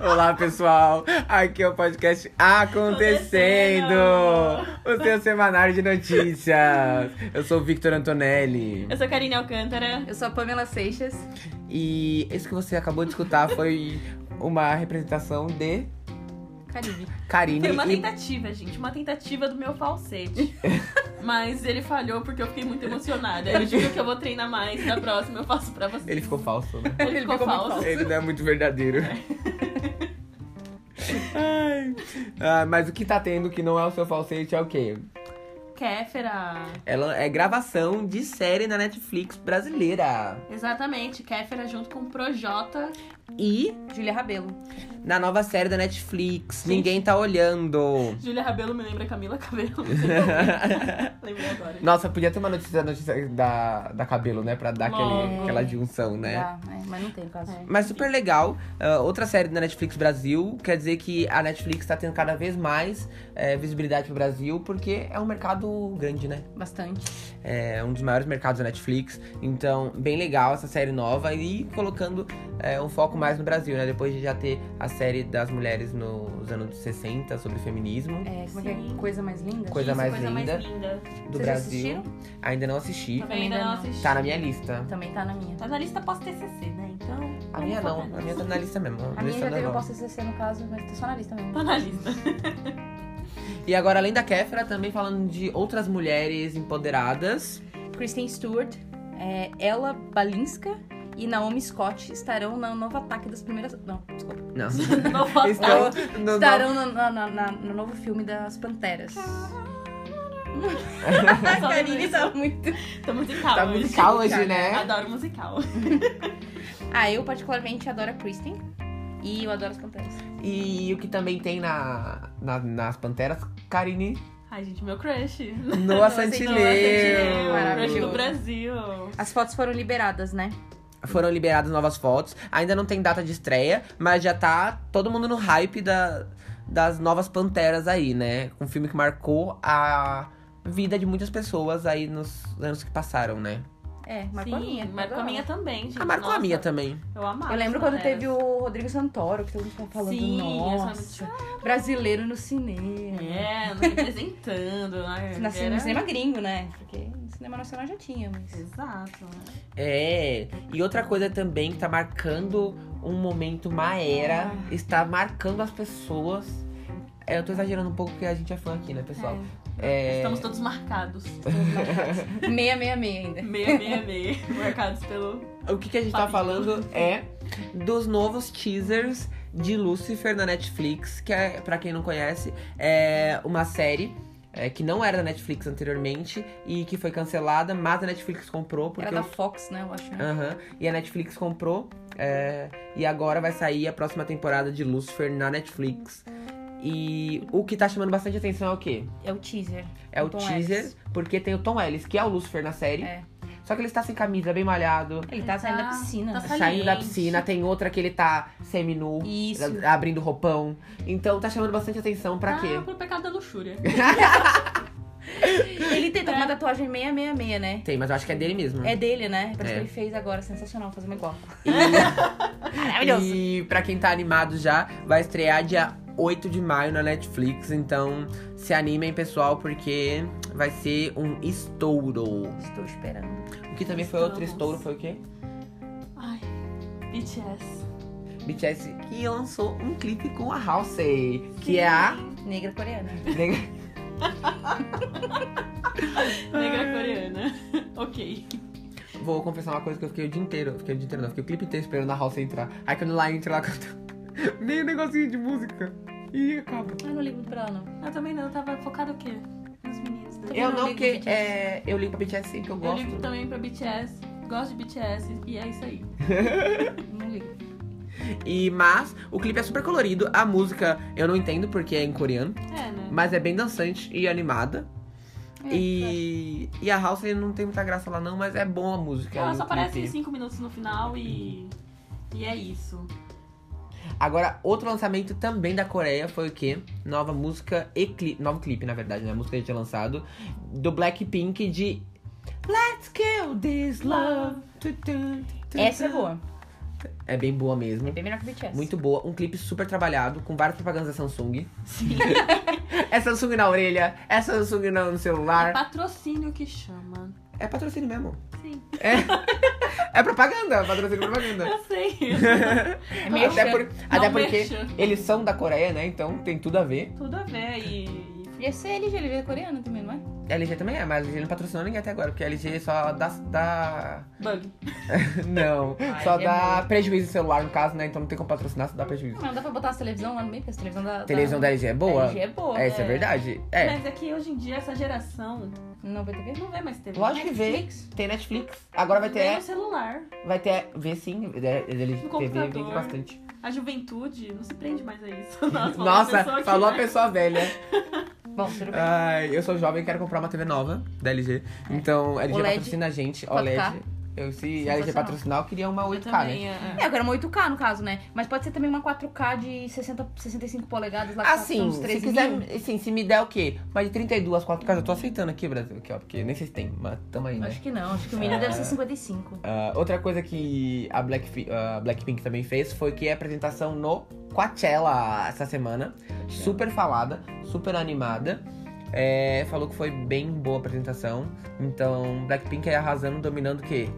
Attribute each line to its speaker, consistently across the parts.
Speaker 1: Olá, pessoal. Aqui é o podcast Acontecendo, o seu semanário de notícias. Eu sou o Victor Antonelli.
Speaker 2: Eu sou a Karine Alcântara.
Speaker 3: Eu sou a Pamela Seixas.
Speaker 1: E isso que você acabou de escutar foi uma representação de
Speaker 3: Caribe.
Speaker 1: Karine
Speaker 2: Foi uma
Speaker 1: e
Speaker 2: tentativa, gente. Uma tentativa do meu falsete. Mas ele falhou porque eu fiquei muito emocionada. Eu digo que eu vou treinar mais. Na próxima eu faço pra você.
Speaker 1: ele ficou falso, né?
Speaker 2: Ele ficou
Speaker 3: ficou muito
Speaker 2: falso.
Speaker 3: falso.
Speaker 1: Ele não é muito verdadeiro. Ai. Ah, mas o que tá tendo que não é o seu falsete é o quê?
Speaker 2: Kéfera.
Speaker 1: Ela é gravação de série na Netflix brasileira.
Speaker 2: Exatamente. Kéfera junto com Projota.
Speaker 1: E
Speaker 3: Júlia Rabelo.
Speaker 1: na nova série da Netflix,
Speaker 2: Gente.
Speaker 1: ninguém tá olhando.
Speaker 2: Júlia Rabelo me lembra Camila Cabelo. Lembrei agora.
Speaker 1: Nossa, podia ter uma notícia da notícia da, da cabelo, né? Pra dar aquele,
Speaker 2: Logo.
Speaker 1: aquela junção, né?
Speaker 3: Dá, é, mas não tem caso.
Speaker 2: É.
Speaker 1: Mas super legal. Ah, outra série da Netflix Brasil. Quer dizer que a Netflix tá tendo cada vez mais eh, visibilidade pro Brasil, porque é um mercado grande, né?
Speaker 3: Bastante.
Speaker 1: É um dos maiores mercados da Netflix. Então, bem legal essa série nova e colocando é, um foco mais no Brasil, né? Depois de já ter a série das mulheres nos anos 60 sobre feminismo
Speaker 3: É, como é que
Speaker 2: Sim.
Speaker 3: é? Coisa mais linda?
Speaker 1: Coisa mais
Speaker 2: coisa
Speaker 1: linda.
Speaker 2: mais linda.
Speaker 1: do
Speaker 3: Vocês já
Speaker 1: Brasil.
Speaker 3: assistiram?
Speaker 1: Ainda não assisti.
Speaker 2: Também ainda não assisti.
Speaker 1: Tá na minha lista.
Speaker 3: Também tá na minha.
Speaker 2: Tá na lista pós-TCC, né? Então...
Speaker 1: A minha não,
Speaker 2: vamos
Speaker 1: a minha tá
Speaker 2: focar
Speaker 1: na lista mesmo.
Speaker 3: A minha
Speaker 1: lista
Speaker 3: já teve o
Speaker 1: normal.
Speaker 3: Posso CC no caso, mas tá só na lista mesmo.
Speaker 2: Tá na lista.
Speaker 1: E agora, além da Kéfera, também falando de outras mulheres empoderadas.
Speaker 3: Kristen Stewart, é, Ella Balinska e Naomi Scott estarão no novo ataque das primeiras. Não, desculpa.
Speaker 1: Não.
Speaker 2: Não posso
Speaker 1: Estão no-
Speaker 3: Estarão no, na- na- na- no novo filme das Panteras.
Speaker 2: falar
Speaker 3: A
Speaker 2: sobre
Speaker 3: Karine
Speaker 2: isso.
Speaker 3: tá muito.
Speaker 2: Tá musical.
Speaker 1: Tá
Speaker 2: hoje.
Speaker 1: musical hoje, né?
Speaker 2: Adoro musical.
Speaker 3: Ah, eu particularmente adoro a Kristen. E eu adoro as Panteras.
Speaker 1: E o que também tem na, na- nas Panteras, Karine
Speaker 2: Ai, gente, meu crush.
Speaker 3: Santileu.
Speaker 1: Noa Santileu.
Speaker 2: Meu crush
Speaker 3: Maravilhoso.
Speaker 2: do Brasil.
Speaker 3: As fotos foram liberadas, né?
Speaker 1: Foram liberadas novas fotos. Ainda não tem data de estreia, mas já tá todo mundo no hype da- das novas Panteras aí, né? Um filme que marcou a vida de muitas pessoas aí nos anos que passaram, né?
Speaker 3: É, marcou a
Speaker 2: Sim,
Speaker 3: minha.
Speaker 2: marcou a
Speaker 3: adoro.
Speaker 2: minha também, gente.
Speaker 1: Ah, marcou a
Speaker 2: Nossa,
Speaker 1: minha também.
Speaker 2: Eu amava.
Speaker 3: Eu lembro
Speaker 2: as
Speaker 3: quando
Speaker 2: Panteras.
Speaker 3: teve o Rodrigo Santoro, que todo mundo ficou falando,
Speaker 2: Sim,
Speaker 3: nossa, brasileiro no cinema.
Speaker 2: É, nos representando. Né?
Speaker 3: Na-
Speaker 2: Era-
Speaker 3: No cinema gringo, né? Porque no cinema nacional já tinha, mas... é.
Speaker 2: Exato. né?
Speaker 1: É, e outra coisa também que tá marcando um momento, uma era, está marcando as pessoas. É, eu tô exagerando um pouco porque a gente é fã aqui, né, pessoal? É,
Speaker 2: Estamos todos marcados.
Speaker 3: 666 ainda.
Speaker 2: Meia, meia, meia. Marcados pelo.
Speaker 1: o que, que a gente tá
Speaker 2: Papinho.
Speaker 1: falando é dos novos teasers de Lucifer na Netflix, que é, pra quem não conhece, é uma série. é, que não era da Netflix anteriormente e que foi cancelada, mas a Netflix comprou porque
Speaker 3: Era
Speaker 1: o
Speaker 3: da Fox, né? Eu acho. né?
Speaker 1: Aham. E a Netflix comprou. é, e agora vai sair a próxima temporada de Lucifer na Netflix. E o que tá chamando bastante atenção é o quê?
Speaker 3: É o teaser.
Speaker 1: É o
Speaker 3: Tom
Speaker 1: teaser,
Speaker 3: Ellis.
Speaker 1: porque tem o Tom Ellis, que é o Lucifer na série.
Speaker 3: É.
Speaker 1: Só que ele está sem camisa, bem malhado.
Speaker 3: Ele tá saindo da
Speaker 2: Tá-
Speaker 3: piscina.
Speaker 2: tá
Speaker 3: né?
Speaker 2: saindo.
Speaker 1: Saindo da
Speaker 2: Saliente.
Speaker 1: piscina, tem outra que ele tá seminu,
Speaker 3: Isso.
Speaker 1: a- abrindo roupão. Então tá chamando bastante atenção pra quê?
Speaker 2: Ah, pro pecado da luxúria.
Speaker 3: Ele tem tá com uma tatuagem 666, né?
Speaker 1: Tem, mas eu acho que é dele mesmo.
Speaker 3: É dele, né? Parece
Speaker 1: É.
Speaker 3: que ele fez agora. Sensacional, fazer uma igual.
Speaker 1: Maravilhoso. E pra quem tá animado já, vai estrear dia 8 de maio na Netflix. Então se animem, pessoal, porque vai ser um estouro.
Speaker 3: Estou esperando.
Speaker 1: O que também foi outro estouro
Speaker 2: Estouros.
Speaker 1: foi o quê?
Speaker 2: Ai, BTS.
Speaker 1: BTS que lançou um clipe com a Halsey, que é a.
Speaker 3: Negra coreana.
Speaker 2: Negra coreana. ok.
Speaker 1: Vou confessar uma coisa que eu fiquei o dia inteiro. Fiquei o dia inteiro, não. Fiquei o clipe inteiro esperando a Halsey entrar. Aí quando ela entra, ela canta meio negocinho de música. E acaba.
Speaker 3: Ah, não ligo muito pra ela, não.
Speaker 2: Eu também não, eu tava focada o quê? Nos meninos. né?
Speaker 1: Eu
Speaker 3: não
Speaker 1: não,
Speaker 3: ligo
Speaker 1: porque
Speaker 3: BTS.
Speaker 1: é, eu ligo pra BTS sempre, eu
Speaker 2: Eu
Speaker 1: gosto.
Speaker 2: ligo também pra BTS, gosto de BTS e é isso aí.
Speaker 3: Não ligo.
Speaker 1: E, mas o clipe é super colorido, a música eu não entendo porque é em coreano,
Speaker 2: É, né?
Speaker 1: mas é bem dançante e animada.
Speaker 3: É,
Speaker 1: e, e a House não tem muita graça lá não, mas é boa a música.
Speaker 2: Ela
Speaker 1: no
Speaker 2: só aparece
Speaker 1: clipe.
Speaker 2: 5 minutos no final e. E é isso.
Speaker 1: Agora, outro lançamento também da Coreia foi o quê? Nova música e clipe. Novo clipe, na verdade, né? A música que já tinha lançado. Do Blackpink de Let's Kill This Love. Tu, tu, tu, tu.
Speaker 3: Essa é boa.
Speaker 1: É bem boa mesmo.
Speaker 3: É bem melhor que o BTS.
Speaker 1: Muito boa. Um clipe super trabalhado, com várias propagandas da Samsung. Sim. é Samsung na orelha, é Samsung na- no celular.
Speaker 2: Patrocínio que chama.
Speaker 1: É patrocínio mesmo.
Speaker 2: Sim.
Speaker 1: É propaganda, patrocínio propaganda.
Speaker 2: Eu sei. um
Speaker 3: É meio
Speaker 1: até
Speaker 3: chato.
Speaker 1: por- até
Speaker 2: Não
Speaker 1: porque
Speaker 2: mexa.
Speaker 1: eles são da Coreia, né? Então tem tudo a ver.
Speaker 2: Tudo a ver. E.
Speaker 3: E esse é LG, ele é coreano também, não é?
Speaker 1: A LG também é, mas a LG não patrocinou ninguém até agora, porque a LG só dá. dá...
Speaker 2: Bug.
Speaker 1: Não,
Speaker 3: Ai,
Speaker 1: só
Speaker 3: é
Speaker 1: dá prejuízo no celular, no caso, né? Então não tem como patrocinar, só dá prejuízo.
Speaker 3: Não, dá pra botar as televisão lá no meio, porque as televisão da...
Speaker 1: A televisão da LG é boa?
Speaker 3: LG é boa.
Speaker 1: É, isso é verdade. É.
Speaker 2: Mas é que hoje em dia essa geração
Speaker 3: Não vai ter que ver?
Speaker 2: não vê mais TV.
Speaker 1: Lógico que vê. Tem Netflix. Agora vai
Speaker 2: Vê
Speaker 1: ter.
Speaker 2: no celular.
Speaker 1: Vai ter. Vê sim. é, Ele
Speaker 2: No
Speaker 1: TV vende
Speaker 2: computador.
Speaker 1: bastante.
Speaker 2: A juventude não se prende mais a isso. Nossa, falou
Speaker 1: Nossa,
Speaker 2: a pessoa né? que-
Speaker 1: falou a pessoa velha.
Speaker 3: Bom, tudo bem.
Speaker 1: Ai, eu sou jovem e quero comprar uma TV nova da LG. Então, a LG
Speaker 3: OLED,
Speaker 1: patrocina a gente,
Speaker 3: 4K.
Speaker 1: OLED. Eu, se a LG
Speaker 3: Sensacional.
Speaker 1: patrocinar, eu queria uma
Speaker 2: Eu
Speaker 1: 8K, né?
Speaker 2: também, é.
Speaker 3: É, eu quero uma 8K no caso, né? Mas pode ser também uma 4K de 60, 65 polegadas lá que são
Speaker 1: Assim,
Speaker 3: Tá uns
Speaker 1: se
Speaker 3: 13
Speaker 1: quiser,
Speaker 3: mil.
Speaker 1: assim, se me der o quê? Mais de 32, 4K, eu tô aceitando aqui, Brasil, aqui, ó, porque nem sei se tem, mas tamo aí, né?
Speaker 3: Acho que não, acho que o mínimo
Speaker 1: É.
Speaker 3: deve ser 55.
Speaker 1: Ah, outra coisa que a Black, a Blackpink também fez foi que a apresentação no Coachella essa semana. Super falada, super animada. É, falou que foi bem boa a apresentação. Então, Blackpink é arrasando, dominando o quê?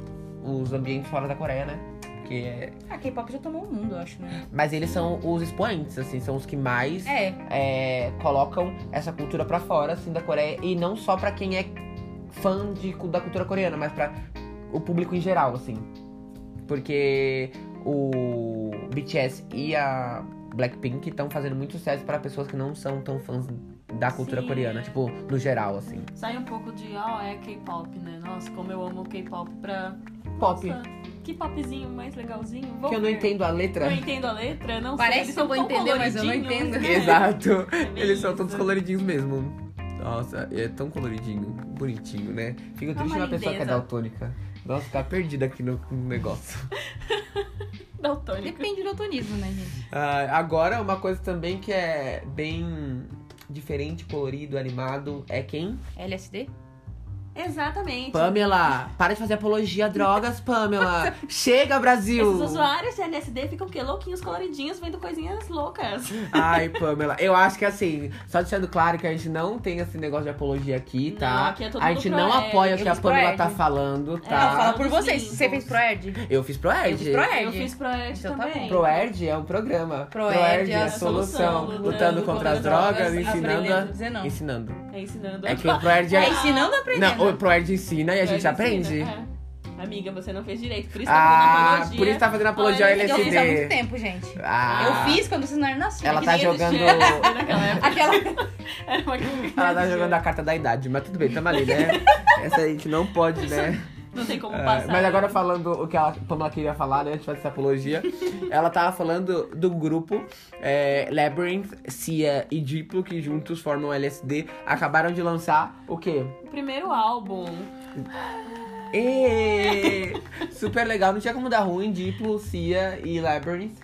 Speaker 1: Os ambientes fora da Coreia, né? Porque é-
Speaker 3: Ah, K-pop já tomou o mundo, eu acho, né?
Speaker 1: Mas eles são os expoentes, assim, são os que mais
Speaker 3: É,
Speaker 1: é, colocam essa cultura pra fora, assim, da Coreia. E não só pra quem é fã de, da cultura coreana, mas pra o público em geral, assim. Porque o BTS e a Blackpink estão fazendo muito sucesso pra pessoas que não são tão fãs da cultura
Speaker 2: Sim,
Speaker 1: coreana,
Speaker 2: é.
Speaker 1: tipo, no geral, assim.
Speaker 2: Sai um pouco de, ó, é K-pop, né? Nossa, como eu amo K-pop pra.
Speaker 1: Pop.
Speaker 2: Nossa, que popzinho mais legalzinho. Vou
Speaker 1: que eu não
Speaker 2: ver.
Speaker 1: entendo a letra.
Speaker 2: Não entendo a letra, não sei.
Speaker 3: Parece
Speaker 2: eles
Speaker 3: que eu
Speaker 2: são
Speaker 3: vou
Speaker 2: tão
Speaker 3: entender, mas eu não
Speaker 2: coloridinhos,
Speaker 3: entendo.
Speaker 2: né?
Speaker 1: Exato.
Speaker 2: É bem
Speaker 1: Eles são
Speaker 2: isso.
Speaker 1: todos coloridinhos mesmo. Nossa, é tão coloridinho, bonitinho, né? Fico
Speaker 2: É
Speaker 1: triste
Speaker 2: uma
Speaker 1: uma pessoa que é
Speaker 2: lindeza.
Speaker 1: daltônica. Nossa, tá perdida aqui no, no negócio.
Speaker 2: Daltônico.
Speaker 3: depende do otonismo, né, gente?
Speaker 1: Ah, agora, uma coisa também que é bem diferente, colorido, animado, é quem?
Speaker 3: LSD?
Speaker 2: Exatamente.
Speaker 1: Pamela! Para de fazer apologia a drogas, Pamela! Chega,
Speaker 2: Esses
Speaker 1: Brasil!
Speaker 2: usuários de LSD ficam que louquinhos, coloridinhos, vendo coisinhas loucas.
Speaker 1: Ai, Pamela, eu acho que assim, só deixando claro que a gente não tem esse negócio de apologia aqui,
Speaker 2: Não,
Speaker 1: tá?
Speaker 2: aqui é todo
Speaker 1: a
Speaker 2: mundo
Speaker 1: gente
Speaker 2: pro
Speaker 1: não
Speaker 2: Ed,
Speaker 1: apoia o que a
Speaker 3: eles pro
Speaker 1: Pamela
Speaker 3: Ed.
Speaker 1: tá falando,
Speaker 3: Não,
Speaker 2: Ah,
Speaker 1: tá?
Speaker 3: fala por vocês. Você fez Proerd?
Speaker 1: Eu fiz pro
Speaker 3: Eu fiz pro
Speaker 1: Ed.
Speaker 3: Ed.
Speaker 2: Eu fiz Proerd
Speaker 3: Então tá
Speaker 2: também.
Speaker 3: bom.
Speaker 1: Proerd é um programa.
Speaker 3: Proerd
Speaker 1: é a solução. Lutando contra as drogas, ensinando a...
Speaker 3: aprendendo, dizer não.
Speaker 1: Ensinando.
Speaker 2: É ensinando.
Speaker 1: É que o Proerd
Speaker 3: É
Speaker 1: é...
Speaker 3: ensinando a aprender. né?
Speaker 1: Não, o Proerd ensina e a gente
Speaker 2: Proerd
Speaker 1: aprende.
Speaker 2: ensina, é. Amiga, você não fez direito. Por isso tá
Speaker 1: Ah,
Speaker 2: fazendo
Speaker 1: por isso tá fazendo apologia ao
Speaker 2: Olha,
Speaker 3: É Eu fiz há muito
Speaker 1: LSD.
Speaker 3: tempo, gente.
Speaker 1: Ah,
Speaker 3: Eu fiz quando vocês não eram nascidos.
Speaker 1: Ela tá jogando-
Speaker 3: Aquela...
Speaker 1: Ela tá jogando a carta da idade, mas tudo bem, tamo ali, né? Essa a gente não pode, né?
Speaker 2: Não tem como
Speaker 1: É,
Speaker 2: passar.
Speaker 1: mas agora falando o que a Pamela queria falar, né? Antes de fazer essa apologia. ela tava falando do grupo é, Labyrinth, Cia e Diplo, que juntos formam o LSD. Acabaram de lançar o quê?
Speaker 2: O primeiro álbum.
Speaker 1: Ê! Super legal. Não tinha como dar ruim Diplo, Cia e Labyrinth.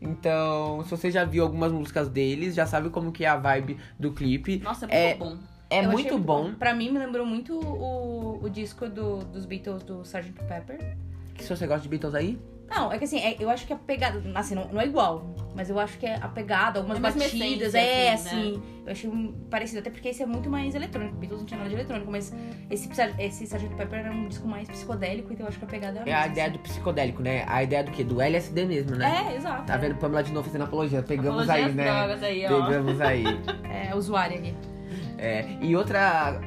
Speaker 1: Então, se você já viu algumas músicas deles, já sabe como que é a vibe do clipe.
Speaker 2: Nossa, é
Speaker 1: É.
Speaker 2: muito bom.
Speaker 1: É
Speaker 3: Eu achei
Speaker 1: muito bom.
Speaker 3: Pra mim, me lembrou muito o, o disco do- dos Beatles, do Sgt. Pepper.
Speaker 1: Se você gosta de Beatles aí,
Speaker 3: Não, é que assim, é- eu acho que a pegada. Assim, não, não é igual, mas eu acho que é a pegada, algumas
Speaker 2: É mais uma
Speaker 3: batidas,
Speaker 2: essência,
Speaker 3: é
Speaker 2: assim,
Speaker 3: assim. Eu achei um- parecido, até porque esse é muito mais eletrônico. Beatles não tinha nada de eletrônico, mas esse, Psa- esse Sgt. Pepper era um disco mais psicodélico, então eu acho que a pegada era
Speaker 1: é a ideia do psicodélico, né? A ideia do quê? Do LSD mesmo, né?
Speaker 3: É, exato.
Speaker 1: Tá vendo Pamela de novo fazendo apologia? Pegamos
Speaker 2: Apologia
Speaker 1: aí,
Speaker 2: às
Speaker 1: né?
Speaker 2: drogas aí, ó.
Speaker 1: Pegamos aí.
Speaker 3: É, usuário aqui.
Speaker 1: É, E outra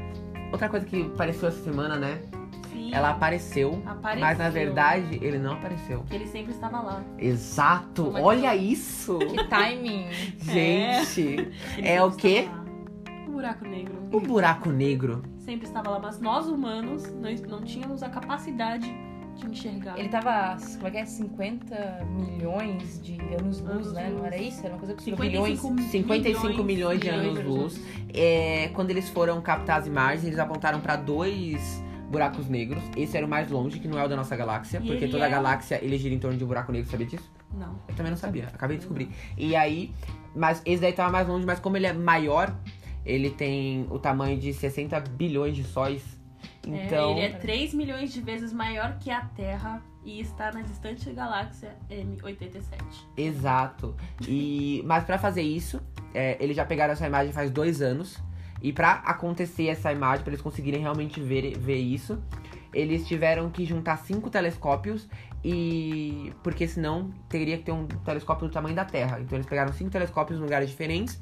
Speaker 1: outra coisa que apareceu essa semana, né?
Speaker 2: Sim,
Speaker 1: Ela apareceu,
Speaker 2: apareceu.
Speaker 1: mas na verdade ele não apareceu.
Speaker 2: Que ele sempre estava lá.
Speaker 1: Exato,
Speaker 2: Como é que
Speaker 1: olha isso.
Speaker 3: Que timing.
Speaker 1: Gente,
Speaker 2: Ele
Speaker 1: É o
Speaker 2: sempre
Speaker 1: quê?
Speaker 2: estava lá. O buraco negro.
Speaker 1: o buraco negro.
Speaker 2: Sempre estava lá, mas nós humanos não, não tínhamos a capacidade de enxergar.
Speaker 3: Ele tava, como é que é? 50 milhões de anos-luz,
Speaker 2: Anos-luz.
Speaker 3: né? Não era isso? Era uma coisa que
Speaker 2: 55
Speaker 1: 55 milhões de
Speaker 3: milhões de
Speaker 1: anos-luz. É, quando eles foram captar as imagens, eles apontaram pra dois buracos negros. Esse era o mais longe, que não é o da nossa galáxia,
Speaker 2: E
Speaker 1: porque
Speaker 2: ele
Speaker 1: toda a
Speaker 2: é-
Speaker 1: galáxia ele gira em torno de um buraco negro, sabia disso?
Speaker 2: Não.
Speaker 1: Eu também não sabia, acabei de descobrir. E aí, mas esse daí tava mais longe, mas como ele é maior, ele tem o tamanho de 60 bilhões de sóis.
Speaker 2: É,
Speaker 1: Então,
Speaker 2: ele é 3 milhões de vezes maior que a Terra. e está na distante galáxia M87.
Speaker 1: Exato. E mas pra fazer isso, é, eles já pegaram essa imagem faz dois anos. E pra acontecer essa imagem, pra eles conseguirem realmente ver, ver isso, eles tiveram que juntar cinco telescópios e porque senão teria que ter um telescópio do tamanho da Terra. Então eles pegaram cinco telescópios em lugares diferentes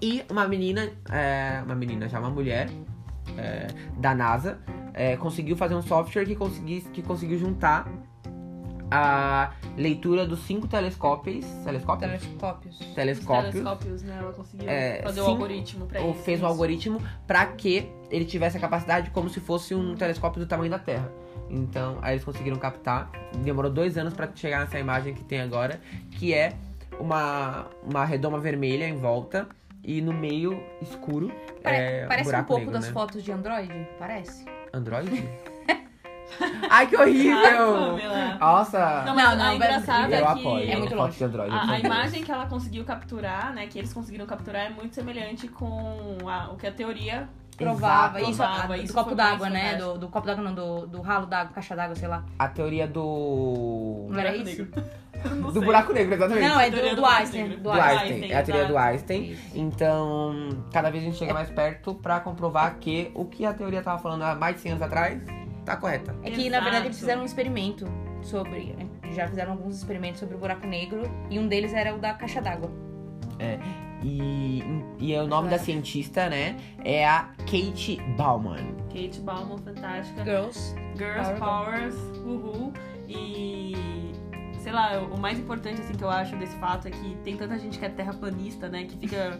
Speaker 1: e uma menina, é, uma menina já uma mulher é, da NASA é, conseguiu fazer um software que, conseguisse, que conseguiu juntar a leitura dos cinco telescópios, telescópios,
Speaker 3: Telescópios.
Speaker 1: telescópios,
Speaker 2: Telescópios, né? Ela conseguiu
Speaker 1: É,
Speaker 2: fazer o
Speaker 1: sim,
Speaker 2: algoritmo pra
Speaker 1: ou
Speaker 2: isso.
Speaker 1: fez um algoritmo para que ele tivesse a capacidade como se fosse um telescópio do tamanho da Terra. Então, aí eles conseguiram captar. Demorou dois anos para chegar nessa imagem que tem agora, que é uma, uma redoma vermelha em volta e no meio escuro.
Speaker 3: Pare-
Speaker 1: é,
Speaker 3: parece um
Speaker 1: buraco
Speaker 3: pouco
Speaker 1: negro,
Speaker 3: das
Speaker 1: né?
Speaker 3: fotos de Android? Parece?
Speaker 1: Android? Ai, que
Speaker 2: Ai,
Speaker 1: horrível!
Speaker 2: Pamela.
Speaker 1: Nossa!
Speaker 2: Não, mas
Speaker 3: Não, não,
Speaker 2: a
Speaker 3: vai-
Speaker 2: engraçada
Speaker 1: eu
Speaker 2: é que
Speaker 1: apoio
Speaker 3: É muito
Speaker 1: fotos de Android. eu
Speaker 2: a, a
Speaker 1: sou
Speaker 2: imagem que ela conseguiu capturar, né? Que eles conseguiram capturar é muito semelhante com a- o que a teoria
Speaker 3: Provava.
Speaker 1: Exato.
Speaker 3: Isso, a-
Speaker 2: Provava,
Speaker 3: do
Speaker 2: isso
Speaker 3: copo
Speaker 2: foi mais
Speaker 3: d'água, né?
Speaker 2: fantástico.
Speaker 3: Do, do copo d'água, não, do, do ralo d'água, caixa d'água, sei lá.
Speaker 1: A teoria do.
Speaker 3: Não era
Speaker 2: buraco
Speaker 3: isso?
Speaker 2: negro. Não
Speaker 1: Do
Speaker 2: sei.
Speaker 1: buraco negro, exatamente.
Speaker 3: Não, é do,
Speaker 2: Teoria do
Speaker 3: do
Speaker 2: buraco
Speaker 3: Einstein.
Speaker 2: negro.
Speaker 3: Do
Speaker 1: do
Speaker 3: Einstein.
Speaker 1: Einstein. É a teoria do Einstein.
Speaker 3: Isso.
Speaker 1: Então, cada vez a gente chega mais perto pra comprovar que o que a teoria tava falando há mais de 100 anos atrás tá correta.
Speaker 3: É que, na verdade, eles
Speaker 2: Exato.
Speaker 3: fizeram um experimento sobre. né, Já fizeram alguns experimentos sobre o buraco negro e um deles era o da caixa d'água.
Speaker 1: E, e é o nome da cientista, né, é a Kate Bauman.
Speaker 2: Kate Bauman, fantástica.
Speaker 3: Girls.
Speaker 2: Girls
Speaker 3: Power
Speaker 2: Powers, uhul. E sei lá, o mais importante assim que eu acho desse fato é que tem tanta gente que é terraplanista, né? Que fica.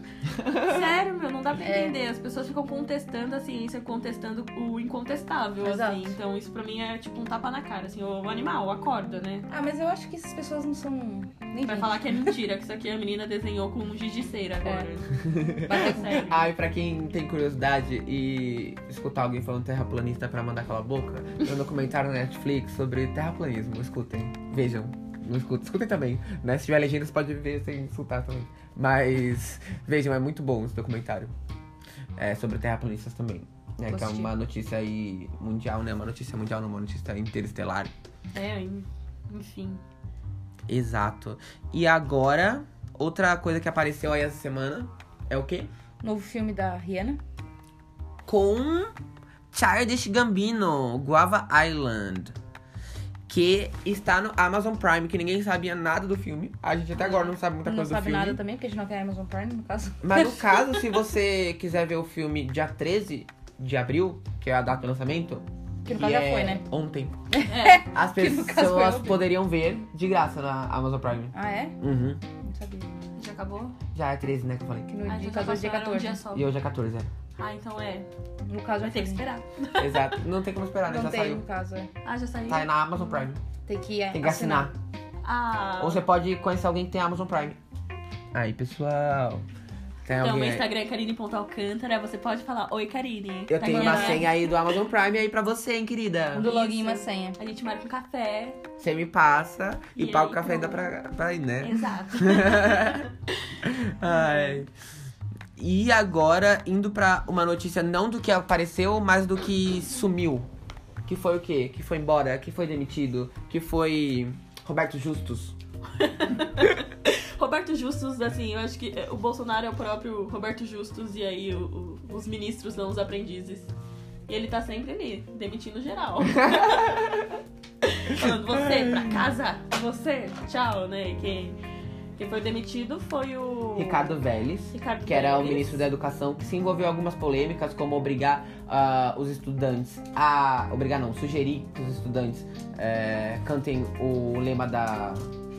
Speaker 2: Sério, meu, não dá pra
Speaker 3: É.
Speaker 2: entender. As pessoas ficam contestando a ciência, contestando o incontestável,
Speaker 3: Exato.
Speaker 2: assim. Então isso pra mim é tipo um tapa na cara, assim, o animal, acorda, né?
Speaker 3: Ah, mas eu acho que essas pessoas não são. Nem
Speaker 2: Vai
Speaker 3: gente.
Speaker 2: falar que é mentira, que isso aqui a menina desenhou com um giz de cera agora.
Speaker 1: É.
Speaker 3: Vai ter-
Speaker 2: Sério.
Speaker 1: Ai, pra quem tem curiosidade e escutar alguém falando terraplanista pra mandar cala a boca, tem um documentário na Netflix sobre terraplanismo. Escutem, vejam. Não escutem, escutem também. Né? Se tiver legendas, pode ver sem escutar também. Mas vejam, é muito bom esse documentário. É sobre terraplanistas também. né?
Speaker 3: Vou
Speaker 1: que é
Speaker 3: assistir.
Speaker 1: uma notícia aí mundial, né? Uma notícia mundial, não, uma notícia interestelar.
Speaker 2: É, en- enfim.
Speaker 1: Exato. E agora, outra coisa que apareceu aí essa semana é o quê?
Speaker 3: Novo filme da Rihanna.
Speaker 1: com Childish Gambino, Guava Island, que está no Amazon Prime, que ninguém sabia nada do filme. A gente até agora não sabe muita
Speaker 3: não
Speaker 1: coisa do
Speaker 3: sabe
Speaker 1: filme.
Speaker 3: nada também, porque a gente não tem Amazon Prime, no caso.
Speaker 1: Mas no caso, se você quiser ver o filme dia 13 de abril, que é a data do lançamento,
Speaker 3: Que no caso já
Speaker 1: é
Speaker 3: foi, né?
Speaker 1: Ontem.
Speaker 2: É.
Speaker 1: As
Speaker 3: Que no caso foi
Speaker 1: pessoas
Speaker 3: ontem.
Speaker 1: poderiam ver de graça na Amazon Prime.
Speaker 3: Ah, é?
Speaker 1: Uhum.
Speaker 3: Não sabia.
Speaker 2: Já acabou?
Speaker 1: Já é 13, né, que eu falei.
Speaker 3: Que no
Speaker 2: Ah,
Speaker 3: dia,
Speaker 2: já
Speaker 3: caso é dia
Speaker 2: passaram um
Speaker 3: 14.
Speaker 2: dia só.
Speaker 1: E hoje é 14, é.
Speaker 2: Ah, então é.
Speaker 3: No caso
Speaker 2: Vai
Speaker 3: já
Speaker 2: ter que
Speaker 3: foi.
Speaker 2: esperar.
Speaker 1: Exato. Não tem como esperar, né?
Speaker 3: Não
Speaker 1: Já
Speaker 3: tem,
Speaker 1: saiu.
Speaker 3: no caso, é.
Speaker 2: Ah, já saiu?
Speaker 1: Tá aí na Amazon Prime.
Speaker 3: Tem que, é,
Speaker 1: Tem que assinar.
Speaker 2: Ah.
Speaker 1: Ou você pode conhecer alguém que tem Amazon Prime. Aí, pessoal. Tem
Speaker 2: Então, meu
Speaker 1: alguém aí?
Speaker 2: Instagram é Karine.alcântara. Você pode falar Oi, Karine.
Speaker 1: Eu
Speaker 2: Tá
Speaker 1: tenho
Speaker 2: aqui,
Speaker 1: uma
Speaker 2: né?
Speaker 1: senha aí do Amazon Prime aí pra você, hein, querida.
Speaker 3: Do login e
Speaker 2: Isso.
Speaker 3: uma senha.
Speaker 2: A gente marca um café.
Speaker 1: Você me passa e,
Speaker 2: E
Speaker 1: paga
Speaker 2: aí,
Speaker 1: o café ainda
Speaker 2: pronto.
Speaker 1: pra, pra ir, né?
Speaker 2: Exato.
Speaker 1: Ai. E agora, indo pra uma notícia não do que apareceu, mas do que sumiu. Que foi o quê? Que foi embora, que foi demitido, que foi Roberto Justus.
Speaker 2: Roberto Justus, assim, eu acho que é, o Bolsonaro é o próprio Roberto Justus e aí o- o- os ministros são os aprendizes. E ele tá sempre ali, demitindo geral. Falando, você pra casa, você, tchau, né? E Quem, quem foi demitido foi o.
Speaker 1: Ricardo Vélez.
Speaker 2: Ricardo
Speaker 1: que era o
Speaker 2: Vélez.
Speaker 1: ministro da Educação, que se envolveu em algumas polêmicas, como obrigar ah, os estudantes a. Obrigar não, sugerir que os estudantes eh, cantem o lema da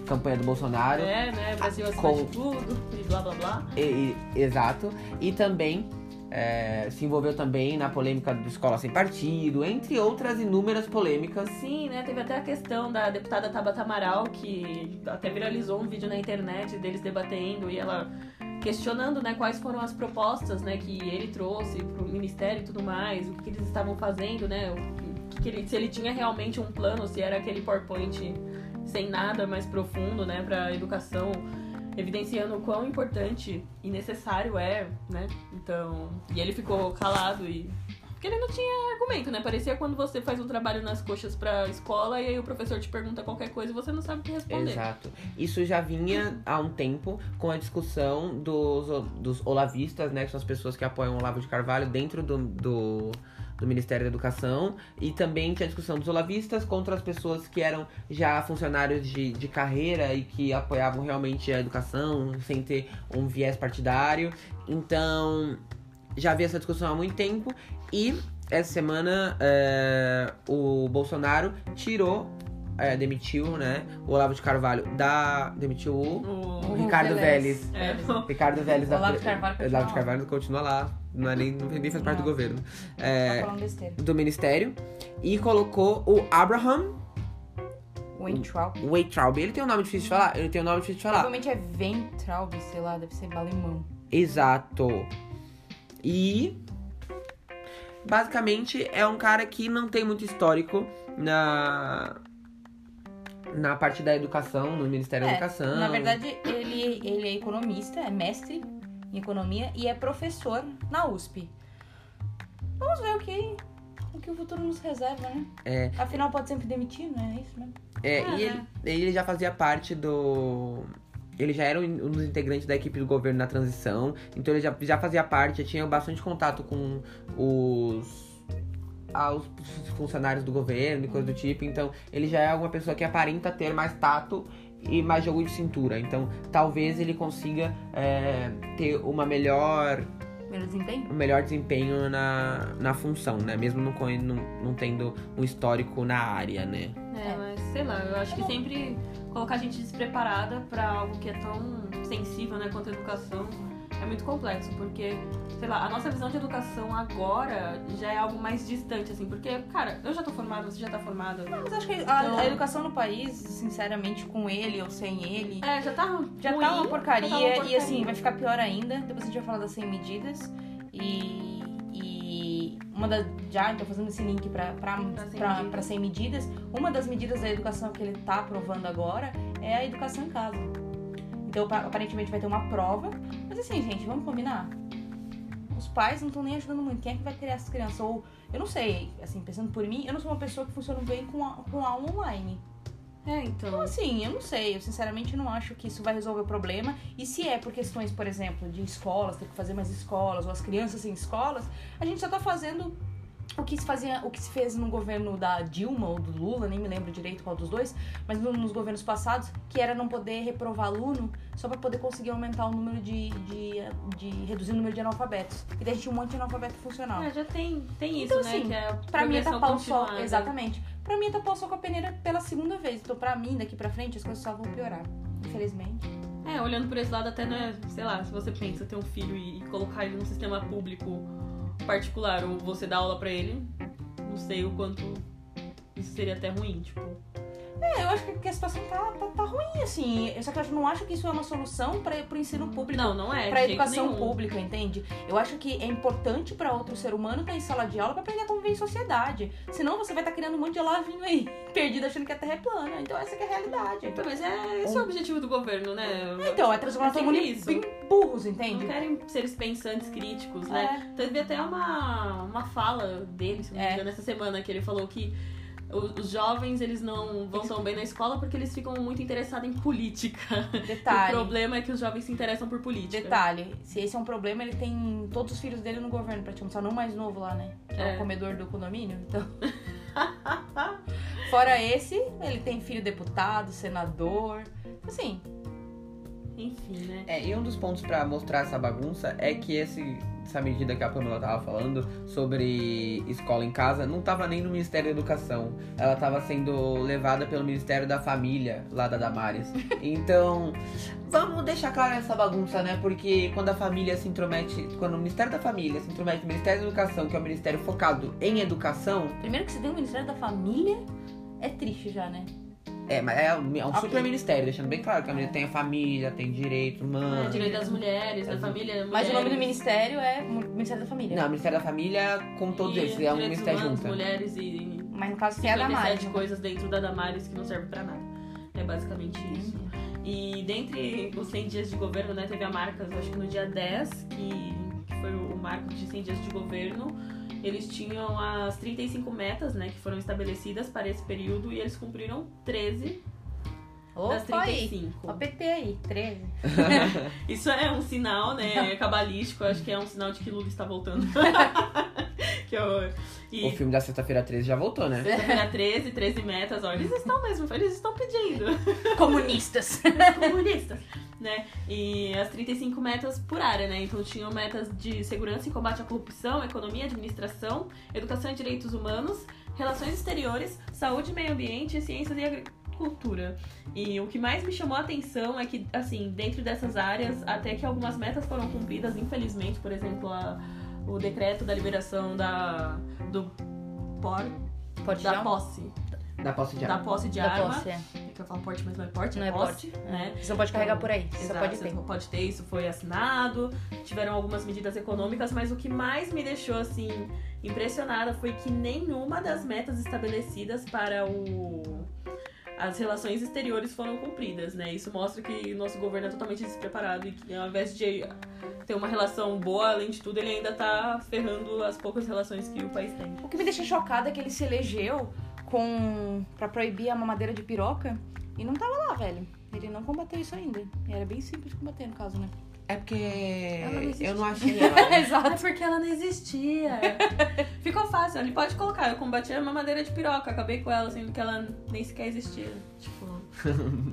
Speaker 1: campanha do Bolsonaro.
Speaker 2: É, né? Brasil acima
Speaker 1: Ah, Com-
Speaker 2: de tudo, e blá blá blá.
Speaker 1: E- e- exato. E também eh, se envolveu também na polêmica do Escola Sem Partido, entre outras inúmeras polêmicas.
Speaker 2: Sim, né? Teve até a questão da deputada Tabata Amaral, que até viralizou um vídeo na internet deles debatendo e ela questionando, né, quais foram as propostas, né, que ele trouxe pro ministério e tudo mais, o que, que eles estavam fazendo, né, o que que ele- se ele tinha realmente um plano, se era aquele PowerPoint sem nada mais profundo, né, para educação, evidenciando o quão importante e necessário é, né? Então, e ele ficou calado e porque Porque ele não tinha argumento, né? Parecia quando você faz um trabalho nas coxas pra escola e aí o professor te pergunta qualquer coisa e você não sabe o que responder.
Speaker 1: Exato. Isso já vinha há um tempo com a discussão dos, dos olavistas, né? Que são as pessoas que apoiam o Olavo de Carvalho dentro do, do, do Ministério da Educação. E também tinha a discussão dos olavistas contra as pessoas que eram já funcionários de, de carreira e que apoiavam realmente a educação sem ter um viés partidário. Então, já havia essa discussão há muito tempo e essa semana é, o Bolsonaro tirou, é, demitiu, né, o Olavo de Carvalho da. Demitiu o
Speaker 2: O-
Speaker 1: O Ricardo Vélez.
Speaker 2: É,
Speaker 1: Ricardo Vélez da.
Speaker 3: Olavo de Carvalho continua
Speaker 1: Olavo de
Speaker 3: lá.
Speaker 1: Carvalho continua lá, não é nem, nem faz parte do
Speaker 3: Não.
Speaker 1: governo. É,
Speaker 3: Tá falando besteira.
Speaker 1: do ministério. E colocou o Abraham
Speaker 3: Weintraub.
Speaker 1: Weitraub. Ele tem um nome difícil de falar? Ele tem um nome difícil de falar.
Speaker 3: Provavelmente é Weintraub, sei lá, deve ser alemão.
Speaker 1: Exato. E basicamente é um cara que não tem muito histórico na na parte da educação, no Ministério da
Speaker 3: É,
Speaker 1: Educação.
Speaker 3: Na verdade, ele, ele é economista, é mestre em economia e é professor na USP. Vamos ver o que, o que o futuro nos reserva, né?
Speaker 1: É.
Speaker 3: Afinal, pode sempre demitir, não é isso mesmo?
Speaker 1: É,
Speaker 2: Ah,
Speaker 1: e ele,
Speaker 2: né?
Speaker 1: ele já fazia parte do. Ele já era um um dos integrantes da equipe do governo na transição, então ele já, já fazia parte, já tinha bastante contato com os. ah, os funcionários do governo e coisa do tipo, então ele já é uma pessoa que aparenta ter mais tato e mais jogo de cintura, então talvez ele consiga é, ter uma melhor,
Speaker 3: Melhor desempenho?
Speaker 1: um melhor desempenho na, na função, né? Mesmo não, co- não, não tendo um histórico na área, né?
Speaker 2: É, mas sei lá, eu acho que sempre colocar a gente despreparada pra algo que é tão sensível, né, quanto a educação, é muito complexo, porque, sei lá, a nossa visão de educação agora já é algo mais distante, assim, porque, cara, eu já tô formada, você já tá formada.
Speaker 3: Mas acho que a,
Speaker 2: Então-
Speaker 3: a educação no país, sinceramente, com ele ou sem ele,
Speaker 2: É, já tá
Speaker 3: já
Speaker 2: ruim,
Speaker 3: tá uma porcaria,
Speaker 2: já tá uma porcaria.
Speaker 3: e assim, vai ficar pior ainda. Depois a gente vai falar das 100 medidas e. e uma das, já, já fazendo esse link pra, pra,
Speaker 2: Pra 100
Speaker 3: pra,
Speaker 2: medidas.
Speaker 3: pra 100 medidas, uma das medidas da educação que ele tá aprovando agora é a educação em casa. Então, pa- aparentemente vai ter uma prova. Mas assim, gente, vamos combinar? Os pais não estão nem ajudando muito. Quem é que vai criar essas crianças? Ou, eu não sei, assim, pensando por mim, eu não sou uma pessoa que funciona bem com, a- com aula online.
Speaker 2: É, então.
Speaker 3: Então, assim, eu não sei. Eu sinceramente não acho que isso vai resolver o problema. E se é por questões, por exemplo, de escolas, ter que fazer mais escolas, ou as crianças sem escolas, a gente só tá fazendo o que se fazia, o que se fez no governo da Dilma ou do Lula, nem me lembro direito qual dos dois, mas no- nos governos passados, que era não poder reprovar aluno só pra poder conseguir aumentar o número de, de, de- reduzir o número de analfabetos. E daí a gente tinha um monte de analfabeto funcional.
Speaker 2: É, já tem, tem isso,
Speaker 3: Então,
Speaker 2: né?
Speaker 3: assim,
Speaker 2: que é a
Speaker 3: Pra mim é
Speaker 2: progressão
Speaker 3: tapar o sol.
Speaker 2: continuada.
Speaker 3: Exatamente. Pra mim é tapar o sol com a peneira pela segunda vez. Então, pra mim, daqui pra frente, as coisas só vão piorar. Infelizmente.
Speaker 2: É, olhando por esse lado até, né, sei lá, se você pensa ter um filho e e colocar ele num sistema público particular ou você dá aula pra ele, não sei o quanto isso seria até ruim, tipo.
Speaker 3: É, eu acho que- que a situação tá, tá, tá ruim, assim. Eu só que eu não acho que isso é uma solução pra, pro ensino público.
Speaker 2: Não, não é.
Speaker 3: Pra
Speaker 2: de jeito
Speaker 3: educação
Speaker 2: nenhum.
Speaker 3: pública, entende? Eu acho que é importante pra outro ser humano estar em sala de aula pra aprender a conviver em sociedade. Senão você vai estar criando um monte de olavinho aí, perdido achando que a terra é plana. Então essa que é a realidade.
Speaker 2: Então, mas é, esse é o objetivo do governo, né?
Speaker 3: Então, é transformar todo mundo
Speaker 2: sempre
Speaker 3: em
Speaker 2: isso.
Speaker 3: em burros,
Speaker 2: Não
Speaker 3: entende?
Speaker 2: querem seres pensantes críticos, né?
Speaker 3: É.
Speaker 2: Teve até uma, uma fala dele, se não me
Speaker 3: É.
Speaker 2: engano, nessa semana, que ele falou que o- os jovens eles não vão tão bem na escola porque eles ficam muito interessados em política. O
Speaker 3: Detalhe.
Speaker 2: problema é que os jovens se interessam por política.
Speaker 3: Detalhe, se esse é um problema, ele tem todos os filhos dele no governo, praticamente, só não o mais novo lá, né? Que é,
Speaker 2: É.
Speaker 3: o comedor do condomínio, então. Fora esse, ele tem filho deputado, senador. Assim,
Speaker 2: Enfim, né?
Speaker 1: É, e um dos pontos pra mostrar essa bagunça é que esse- essa medida que a Pamela tava falando sobre escola em casa não tava nem no Ministério da Educação. Ela tava sendo levada pelo Ministério da Família, lá da Damares. Então, vamos deixar clara essa bagunça, né? Porque quando a família se intromete, quando o Ministério da Família se intromete no Ministério da Educação, que é o ministério focado em educação,
Speaker 3: primeiro que você tem o Ministério da Família, é triste já, né?
Speaker 1: é, mas é um, é um
Speaker 3: Ok.
Speaker 1: super ministério, deixando bem claro que a mulher tem a família, tem direito humano.
Speaker 2: É, direito das mulheres, da família.
Speaker 3: Mas o nome do
Speaker 2: mulheres.
Speaker 3: ministério é Mu- Ministério da Família.
Speaker 1: Não, o Ministério da Família com todos
Speaker 2: E
Speaker 1: eles, é um
Speaker 2: direitos
Speaker 1: ministério
Speaker 2: humanos,
Speaker 1: junto.
Speaker 2: mulheres e
Speaker 3: Mas no caso tem É a Damares. né?
Speaker 2: 57 coisas dentro da Damares que não serve pra nada. É basicamente isso. E dentre os 100 dias de governo, né, teve a Marcas, acho que no dia 10, que que foi o marco de 100 dias de governo. Eles tinham as 35 metas, né, que foram estabelecidas para esse período e eles cumpriram 13 das
Speaker 3: Opa, aí. Tá
Speaker 2: 35.
Speaker 3: Ó, PT aí, 13.
Speaker 2: Isso é um sinal, né, cabalístico, acho que é um sinal de que Lula está voltando. que horror.
Speaker 1: O
Speaker 2: E
Speaker 1: filme da sexta-feira 13 já voltou, né?
Speaker 2: Sexta-feira 13, 13 metas, ó, eles estão mesmo, eles estão pedindo.
Speaker 3: Comunistas.
Speaker 2: comunistas, né? E as 35 metas por área, né? Então tinham metas de segurança e combate à corrupção, economia, administração, educação e direitos humanos, relações exteriores, saúde e meio ambiente, ciências e agricultura. E o que mais me chamou a atenção é que, assim, dentro dessas áreas, até que algumas metas foram cumpridas, infelizmente, por exemplo, a- o decreto da liberação da do por,
Speaker 3: Pode
Speaker 2: da
Speaker 3: já?
Speaker 2: posse,
Speaker 1: Da posse de
Speaker 2: da
Speaker 1: arma.
Speaker 2: posse de
Speaker 3: Da
Speaker 2: arma, né?
Speaker 3: posse, é.
Speaker 2: que eu falo porte, mas não é porte,
Speaker 3: Não
Speaker 2: é
Speaker 3: é
Speaker 2: posse,
Speaker 3: porte,
Speaker 2: né?
Speaker 3: Você não pode carregar por aí, você só
Speaker 2: Exato,
Speaker 3: pode
Speaker 2: você
Speaker 3: ter.
Speaker 2: só pode ter, isso foi assinado, tiveram algumas medidas econômicas, mas o que mais me deixou assim impressionada foi que nenhuma das metas estabelecidas para o as relações exteriores foram cumpridas, né? Isso mostra que nosso governo é totalmente despreparado e que ao invés de ter uma relação boa, além de tudo, ele ainda tá ferrando as poucas relações que o país tem.
Speaker 3: O que me deixa chocada é que ele se elegeu com para proibir a mamadeira de piroca e não tava lá, velho. Ele não combateu isso ainda. E Era bem simples de combater, no caso, né?
Speaker 1: É porque
Speaker 2: Ela não existe.
Speaker 1: eu não achei né? ela.
Speaker 3: Exato.
Speaker 2: É porque ela não existia. Ficou fácil, ele pode colocar. Eu combati a mamadeira de piroca, acabei com ela, sendo que ela nem sequer existia. Tipo,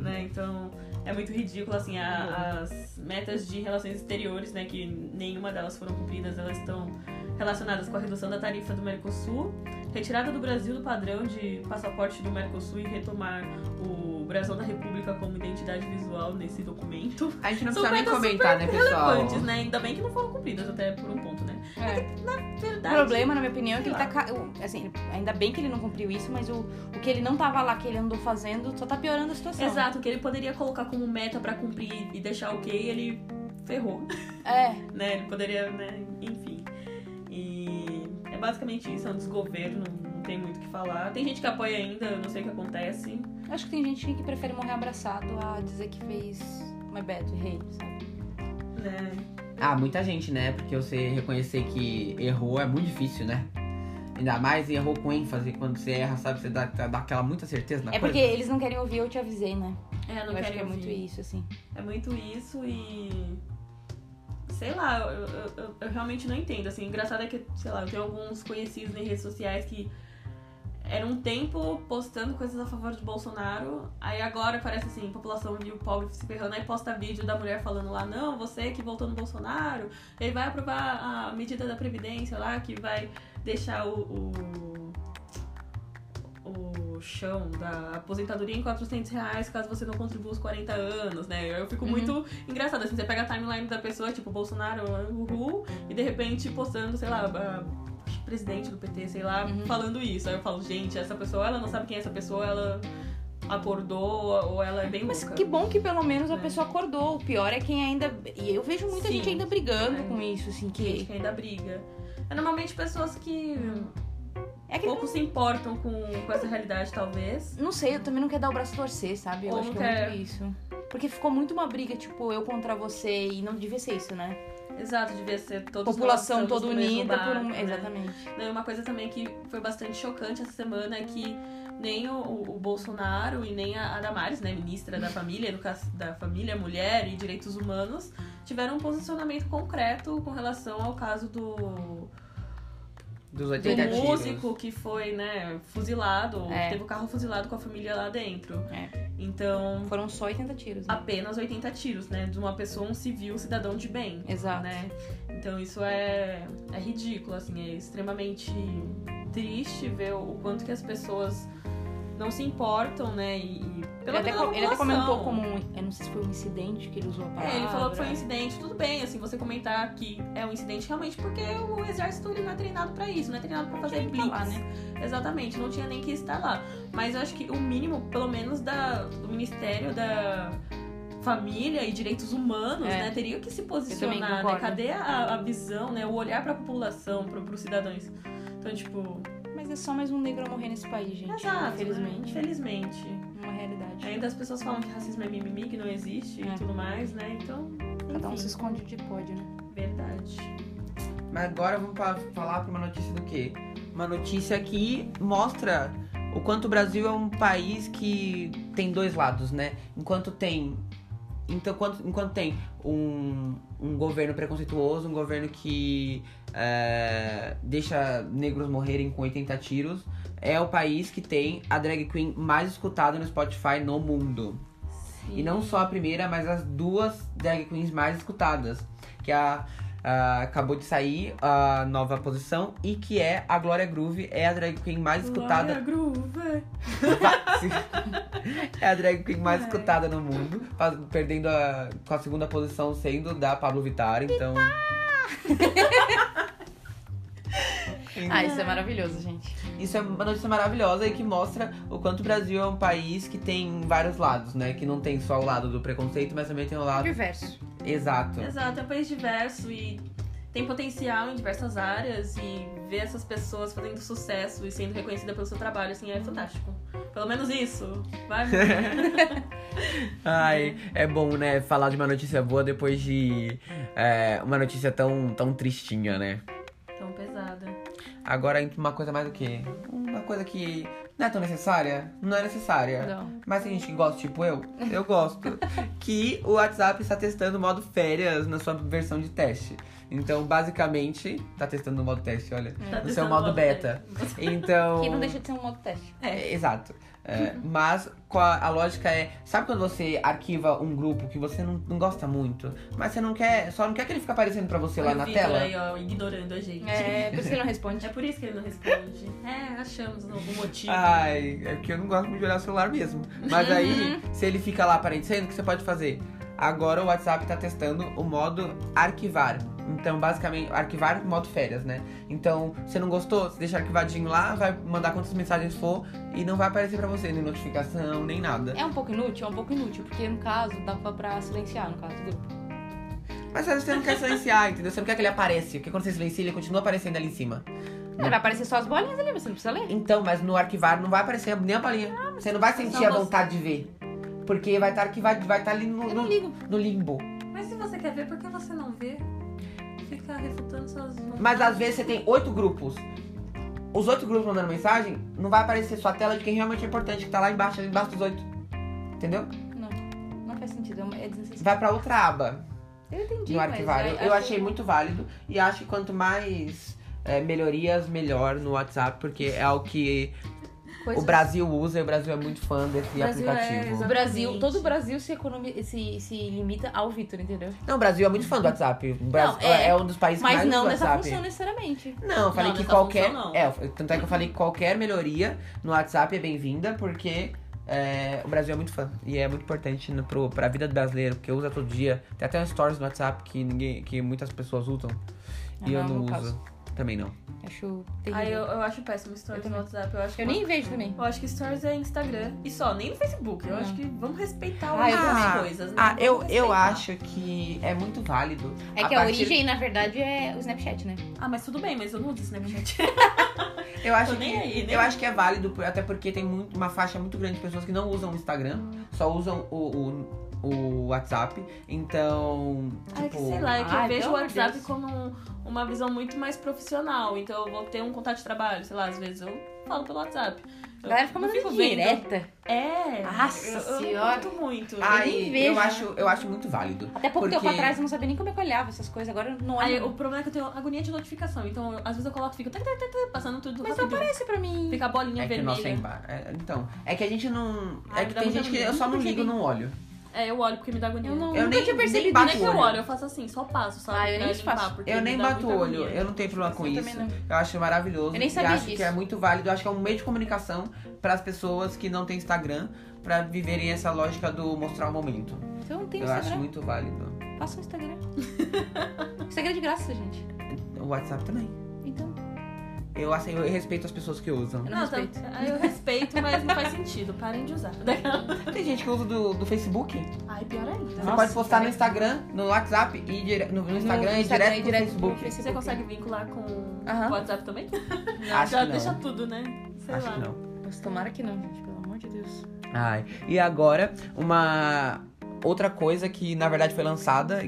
Speaker 2: né? Então é muito ridículo, assim, a-
Speaker 3: Uhum.
Speaker 2: as metas de relações exteriores, né? Que nenhuma delas foram cumpridas, elas estão relacionadas com a redução da tarifa do Mercosul, retirada do Brasil do padrão de passaporte do Mercosul e retomar o Brasil da República como identidade visual nesse documento.
Speaker 1: A gente não
Speaker 2: São
Speaker 1: precisa nem
Speaker 2: metas
Speaker 1: comentar, né,
Speaker 3: Ah,
Speaker 1: pessoal?
Speaker 2: Relevantes, tá né? Ainda bem que não foram cumpridas até por um ponto, né?
Speaker 3: O
Speaker 2: Verdade.
Speaker 3: problema, na minha opinião, é que
Speaker 2: Sei
Speaker 3: ele tá. ca- o- Assim, ele- ainda bem que ele não cumpriu isso, mas o, o que ele não tava lá, que ele andou fazendo, só tá piorando a situação.
Speaker 2: Exato, que ele poderia colocar como meta pra cumprir e deixar ok, ele ferrou,
Speaker 3: É.
Speaker 2: né? Ele poderia, né? Enfim. E é basicamente isso, é um desgoverno, não tem muito o que falar. Tem gente que apoia ainda, eu não sei o que acontece.
Speaker 3: Acho que tem gente que prefere morrer abraçado a dizer que fez my bad, rei, sabe?
Speaker 2: Né?
Speaker 1: Ah, muita gente, né? Porque você reconhecer que errou é muito difícil, né? Ainda mais errou com ênfase quando você erra, sabe? Você dá, dá aquela muita certeza na
Speaker 3: É
Speaker 1: coisa.
Speaker 3: porque eles não querem ouvir, eu te avisei, né?
Speaker 2: É,
Speaker 3: eu
Speaker 2: não
Speaker 3: acho
Speaker 2: quero
Speaker 3: que é muito isso, assim.
Speaker 2: É muito isso e. Sei lá, eu, eu- eu- eu realmente não entendo. Assim, engraçado é que, sei lá, eu tenho alguns conhecidos em redes sociais que era um tempo postando coisas a favor do Bolsonaro, aí agora parece assim, população de pobre se ferrando, aí posta vídeo da mulher falando lá, não, você que voltou no Bolsonaro, ele vai aprovar a medida da Previdência lá, que vai deixar o, o- o chão da aposentadoria em 400 reais caso você não contribua os 40 anos, né? Eu fico
Speaker 3: Uhum.
Speaker 2: muito engraçada, assim, você pega a timeline da pessoa, tipo, Bolsonaro, uhul, e de repente postando, sei lá, a- presidente do PT, sei lá,
Speaker 3: Uhum.
Speaker 2: falando isso. Aí eu falo, gente, essa pessoa, ela não sabe quem é essa pessoa, ela acordou ou ela é bem
Speaker 3: Mas
Speaker 2: louca.
Speaker 3: que bom que pelo menos a
Speaker 2: É.
Speaker 3: pessoa acordou. O pior é quem ainda. E eu vejo muita
Speaker 2: Sim.
Speaker 3: gente ainda brigando
Speaker 2: É.
Speaker 3: com isso, assim,
Speaker 2: Gente
Speaker 3: que.
Speaker 2: que ainda briga. É normalmente pessoas que
Speaker 3: É que
Speaker 2: pouco se importam com, com essa realidade, talvez.
Speaker 3: Não sei, eu também não quero dar o braço a torcer, sabe? Eu
Speaker 2: Ou
Speaker 3: acho
Speaker 2: não
Speaker 3: que é
Speaker 2: quer.
Speaker 3: muito isso. Porque ficou muito uma briga, tipo, eu contra você e não devia ser isso, né?
Speaker 2: Exato, devia ser todos nós
Speaker 3: População
Speaker 2: estamos
Speaker 3: toda
Speaker 2: no mesmo
Speaker 3: unida por um.
Speaker 2: barco, né?
Speaker 3: Exatamente.
Speaker 2: Não, e uma coisa também que foi bastante chocante essa semana é que nem o, o Bolsonaro e nem a a Damares, né, ministra da Família, educa da Família, Mulher e Direitos Humanos, tiveram um posicionamento concreto com relação ao caso do,
Speaker 1: Dos
Speaker 2: do
Speaker 1: 80 tiros.
Speaker 2: músico que foi, né, fuzilado,
Speaker 3: É.
Speaker 2: que teve o carro fuzilado com a família lá dentro.
Speaker 3: É.
Speaker 2: Então,
Speaker 3: Foram só 80 tiros. Né?
Speaker 2: apenas 80 tiros, né, de uma pessoa, um civil, cidadão de bem
Speaker 3: Exato.
Speaker 2: né? Então isso é, é ridículo, assim, é extremamente triste ver o quanto que as pessoas não se importam, né? E, e
Speaker 3: Ele
Speaker 2: pela
Speaker 3: até,
Speaker 2: pela
Speaker 3: co- ele até
Speaker 2: população.
Speaker 3: comentou como Ah, um. Eu não sei se foi um incidente que ele usou a palavra.
Speaker 2: É, ele falou que foi um incidente, tudo bem, assim, você comentar que é um incidente realmente porque o exército ele não é treinado pra isso, não é treinado pra fazer
Speaker 3: tinha que
Speaker 2: blitz.
Speaker 3: tá lá,
Speaker 2: Exatamente, não tinha nem que estar lá. Mas eu acho que o mínimo, pelo menos da, do Ministério da Família e Direitos Humanos,
Speaker 3: É.
Speaker 2: né, teria que se
Speaker 3: Eu também
Speaker 2: posicionar, né?
Speaker 3: concordo.
Speaker 2: Cadê a, a visão, né, o olhar pra população, pro, pros cidadãos? Então, tipo,
Speaker 3: Mas é só mais um negro a morrer nesse país, gente.
Speaker 2: exato, né?
Speaker 3: Infelizmente.
Speaker 2: Infelizmente.
Speaker 3: Uma realidade.
Speaker 2: Ainda as pessoas falam que racismo é mimimi, que não existe
Speaker 3: É.
Speaker 2: e tudo mais, né? Então,
Speaker 3: Cada um
Speaker 2: enfim.
Speaker 3: se esconde de pode, né?
Speaker 2: Verdade.
Speaker 1: Mas agora vamos pa- falar para uma notícia do quê? Uma notícia que mostra o quanto o Brasil é um país que tem dois lados, né? Enquanto tem. Então, quanto- enquanto tem um, um governo preconceituoso, um governo que é, deixa negros morrerem com 80 tiros, é o país que tem a drag queen mais escutada no Spotify no mundo. E não só a primeira, mas as duas drag queens mais escutadas. Que é a, a- acabou de sair a nova posição e que é a Glória Groove, é a drag queen mais escutada. é a drag queen mais
Speaker 2: Ai.
Speaker 1: escutada no mundo. faz- Perdendo a, com a segunda posição sendo da Pablo Vittar, então.
Speaker 3: Ah, isso é maravilhoso, gente.
Speaker 1: Isso é uma notícia maravilhosa e que mostra o quanto o Brasil é um país que tem vários lados, né? Que não tem só o lado do preconceito, mas também tem o lado.
Speaker 3: Diverso.
Speaker 1: Exato.
Speaker 2: Exato, é um país diverso e tem potencial em diversas áreas e ver essas pessoas fazendo sucesso e sendo reconhecida pelo seu trabalho, assim, é fantástico. Pelo menos isso. Vai.
Speaker 1: Ai, é bom, né? Falar de uma notícia boa depois de é, uma notícia tão, tão tristinha, né?
Speaker 2: Tão pesada.
Speaker 1: Agora entra uma coisa mais do que? Uma coisa que não é tão necessária? Não é necessária.
Speaker 3: Não.
Speaker 1: Mas tem gente que gosta, tipo eu, eu gosto. que o WhatsApp está testando o modo férias na sua versão de teste. Então, basicamente, tá testando é o modo teste, olha.
Speaker 2: Tá
Speaker 1: No seu
Speaker 2: testando
Speaker 1: modo
Speaker 2: o
Speaker 1: beta. Então.
Speaker 3: Que não deixa de ser um modo teste.
Speaker 2: É.
Speaker 1: É, exato. É, mas com a, a lógica é, sabe quando você arquiva um grupo que você não, não gosta muito, mas você não quer, só não quer que ele fique aparecendo pra você lá
Speaker 2: Olha o
Speaker 1: na
Speaker 2: Vitor
Speaker 1: tela?
Speaker 2: Aí, ó, ignorando a gente.
Speaker 3: É, por isso que ele não responde.
Speaker 2: É por isso que ele não responde. É, achamos algum motivo.
Speaker 1: Ai, é que eu não gosto muito de olhar o celular mesmo. Mas aí, se ele fica lá aparecendo, o que você pode fazer? Agora o WhatsApp tá testando o modo arquivar. Então, basicamente, arquivar modo férias, né? Então, você não gostou, você deixa arquivadinho lá, vai mandar quantas mensagens for e não vai aparecer pra você, nem notificação, nem nada.
Speaker 3: É um pouco inútil, é um pouco inútil, porque no caso dava pra silenciar, no caso do grupo.
Speaker 1: Mas às vezes você não quer silenciar, entendeu? Você não quer que ele apareça. Porque quando você silencia, ele continua aparecendo ali em cima. Não.
Speaker 3: Vai aparecer só as bolinhas ali, mas você não precisa ler.
Speaker 1: Então, mas no arquivar não vai aparecer nem a bolinha. Você não vai sentir
Speaker 2: só
Speaker 1: a
Speaker 2: você.
Speaker 1: vontade de ver. Porque vai estar arquivado, vai estar ali no,
Speaker 3: Eu
Speaker 1: no-
Speaker 3: não ligo.
Speaker 1: no limbo.
Speaker 2: Mas se você quer ver, por que você não vê? Fica refutando suas
Speaker 1: Mas às vezes você tem oito grupos. Os oito grupos mandando mensagem, não vai aparecer sua tela de quem realmente é importante, que tá lá embaixo, ali embaixo dos oito. Entendeu?
Speaker 3: Não, não faz sentido, é uma- é desnecessário.
Speaker 1: Vai pra outra aba.
Speaker 3: Eu entendi,
Speaker 1: no
Speaker 3: mas é, assim.
Speaker 1: arquivar. Eu,
Speaker 3: eu-
Speaker 1: eu achei muito válido e acho que quanto mais é, melhorias, melhor no WhatsApp, porque é o que
Speaker 3: coisas-
Speaker 1: o Brasil usa e o Brasil é muito fã desse
Speaker 2: Brasil é
Speaker 1: aplicativo.
Speaker 3: O
Speaker 2: exatamente.
Speaker 3: Brasil, todo o Brasil se, economi... se, se limita ao Vitor, entendeu?
Speaker 1: Não, o Brasil é muito fã do WhatsApp. O Brasil é...
Speaker 3: é.
Speaker 1: um dos países que
Speaker 3: Mas
Speaker 1: mais
Speaker 3: não
Speaker 1: usa o
Speaker 3: nessa
Speaker 1: WhatsApp.
Speaker 3: função né? necessariamente.
Speaker 1: Não, eu falei
Speaker 2: Não,
Speaker 1: que
Speaker 2: nessa função,
Speaker 1: qualquer.
Speaker 2: não.
Speaker 1: É, eu- tanto é que eu falei que qualquer melhoria no WhatsApp é bem-vinda, porque é, o Brasil é muito fã. E é muito importante no, pro, pra vida do brasileiro, porque usa todo dia. Tem até stories no WhatsApp que, ninguém, que muitas pessoas usam. e
Speaker 3: Ah,
Speaker 1: eu não
Speaker 3: no
Speaker 1: uso.
Speaker 3: caso.
Speaker 1: Também não.
Speaker 3: Acho terrível.
Speaker 2: Aí eu, eu acho péssimo stories
Speaker 3: Eu
Speaker 2: no
Speaker 3: também.
Speaker 2: WhatsApp. Eu acho que
Speaker 3: Eu nem vejo também.
Speaker 2: Eu acho que stories é Instagram. E só, nem no Facebook. Eu
Speaker 3: Não.
Speaker 2: acho que vamos respeitar
Speaker 1: Ah, eu
Speaker 2: algumas
Speaker 1: também.
Speaker 2: coisas. né?
Speaker 1: Ah,
Speaker 2: Vamos
Speaker 1: eu, eu
Speaker 2: respeitar.
Speaker 1: acho que é muito válido.
Speaker 3: É que a,
Speaker 1: partir-
Speaker 3: origem, na verdade, é o Snapchat, né?
Speaker 2: Ah, mas tudo bem, mas eu não uso Snapchat.
Speaker 1: Eu acho,
Speaker 2: Tô nem
Speaker 1: que,
Speaker 2: aí, né?
Speaker 1: eu acho que é válido, por- até porque tem muito- uma faixa muito grande de pessoas que não usam o Instagram, só usam o, o, o WhatsApp. Então,
Speaker 2: Ah, é que
Speaker 1: tipo,
Speaker 2: sei lá, é que eu
Speaker 3: ai,
Speaker 2: vejo o
Speaker 3: pelo amor de
Speaker 2: WhatsApp
Speaker 3: Deus.
Speaker 2: como um- uma visão muito mais profissional. Então eu vou ter um contato de trabalho, sei lá, às vezes eu falo pelo WhatsApp.
Speaker 3: A
Speaker 2: Eu
Speaker 3: galera fica
Speaker 2: não
Speaker 3: mandando
Speaker 2: fico vendo.
Speaker 3: direta.
Speaker 2: É.
Speaker 3: Nossa
Speaker 2: eu, eu
Speaker 3: Senhora.
Speaker 2: Eu muito.
Speaker 1: ai,
Speaker 3: nem vejo.
Speaker 1: eu acho, eu acho muito válido.
Speaker 3: Até pouco
Speaker 1: Porque-
Speaker 3: tempo atrás eu não sabia nem como é que eu olhava essas coisas, agora não
Speaker 2: Aí,
Speaker 3: olho.
Speaker 2: o problema é que eu tenho agonia de notificação. Então, eu- às vezes eu coloco, fica tac, tac, tac, tac, passando tudo
Speaker 3: Mas não
Speaker 2: rápido.
Speaker 3: aparece pra mim.
Speaker 2: Fica a bolinha
Speaker 1: É que o nosso é
Speaker 2: vermelha.
Speaker 1: embaixo. É, então, é que a gente não.
Speaker 2: Ai,
Speaker 1: é que
Speaker 2: dá
Speaker 1: tem
Speaker 2: muita
Speaker 1: gente que
Speaker 2: agonia.
Speaker 1: eu só não
Speaker 3: Nunca
Speaker 1: ligo,
Speaker 3: cheguei.
Speaker 1: não olho.
Speaker 2: É, eu olho porque me dá agonia.
Speaker 3: Eu não,
Speaker 1: Eu
Speaker 3: nunca
Speaker 1: nem-
Speaker 3: tinha
Speaker 1: nem
Speaker 3: percebido né,
Speaker 1: bato
Speaker 2: Não é que
Speaker 1: o
Speaker 2: eu
Speaker 1: olho.
Speaker 2: olho, eu faço assim, só passo, sabe?
Speaker 3: Ah, eu
Speaker 2: Pra
Speaker 3: nem
Speaker 2: limpar,
Speaker 3: faço.
Speaker 2: porque
Speaker 1: Eu
Speaker 2: me
Speaker 1: nem
Speaker 2: dá
Speaker 1: bato o
Speaker 2: muita
Speaker 1: olho,
Speaker 2: agonia.
Speaker 1: eu não tenho problema com
Speaker 3: Eu
Speaker 1: isso.
Speaker 3: também não.
Speaker 1: Eu acho maravilhoso.
Speaker 3: Eu nem sabia
Speaker 1: e acho que
Speaker 3: disso.
Speaker 1: é muito válido. Eu acho que é um meio de comunicação para as pessoas que não têm Instagram para viverem essa lógica do mostrar o momento.
Speaker 3: Então eu não tenho
Speaker 1: eu acho
Speaker 3: Instagram.
Speaker 1: muito válido.
Speaker 3: Passa o Instagram. Instagram é de graça, gente.
Speaker 1: O WhatsApp também.
Speaker 3: Então,
Speaker 1: Eu, assim, eu respeito as pessoas que usam.
Speaker 3: eu não,
Speaker 2: Não, tá-
Speaker 3: respeito.
Speaker 2: ah, eu respeito, mas não faz sentido. Parem de usar.
Speaker 1: Tem gente que usa do, do Facebook. Você
Speaker 2: Ai, pior ainda.
Speaker 3: Nossa,
Speaker 1: pode postar
Speaker 3: cara.
Speaker 1: no Instagram, no WhatsApp e dire... no, no Instagram e direto no Facebook.
Speaker 3: pro
Speaker 2: Você consegue vincular com
Speaker 3: Aham.
Speaker 2: o WhatsApp também?
Speaker 1: Acho
Speaker 2: Já
Speaker 1: que não.
Speaker 2: deixa tudo, né? Sei
Speaker 1: Acho
Speaker 2: lá.
Speaker 1: que não.
Speaker 3: Nossa, tomara que não, gente, pelo amor de Deus.
Speaker 1: Ai. E agora, uma. Outra coisa que na verdade foi lançada,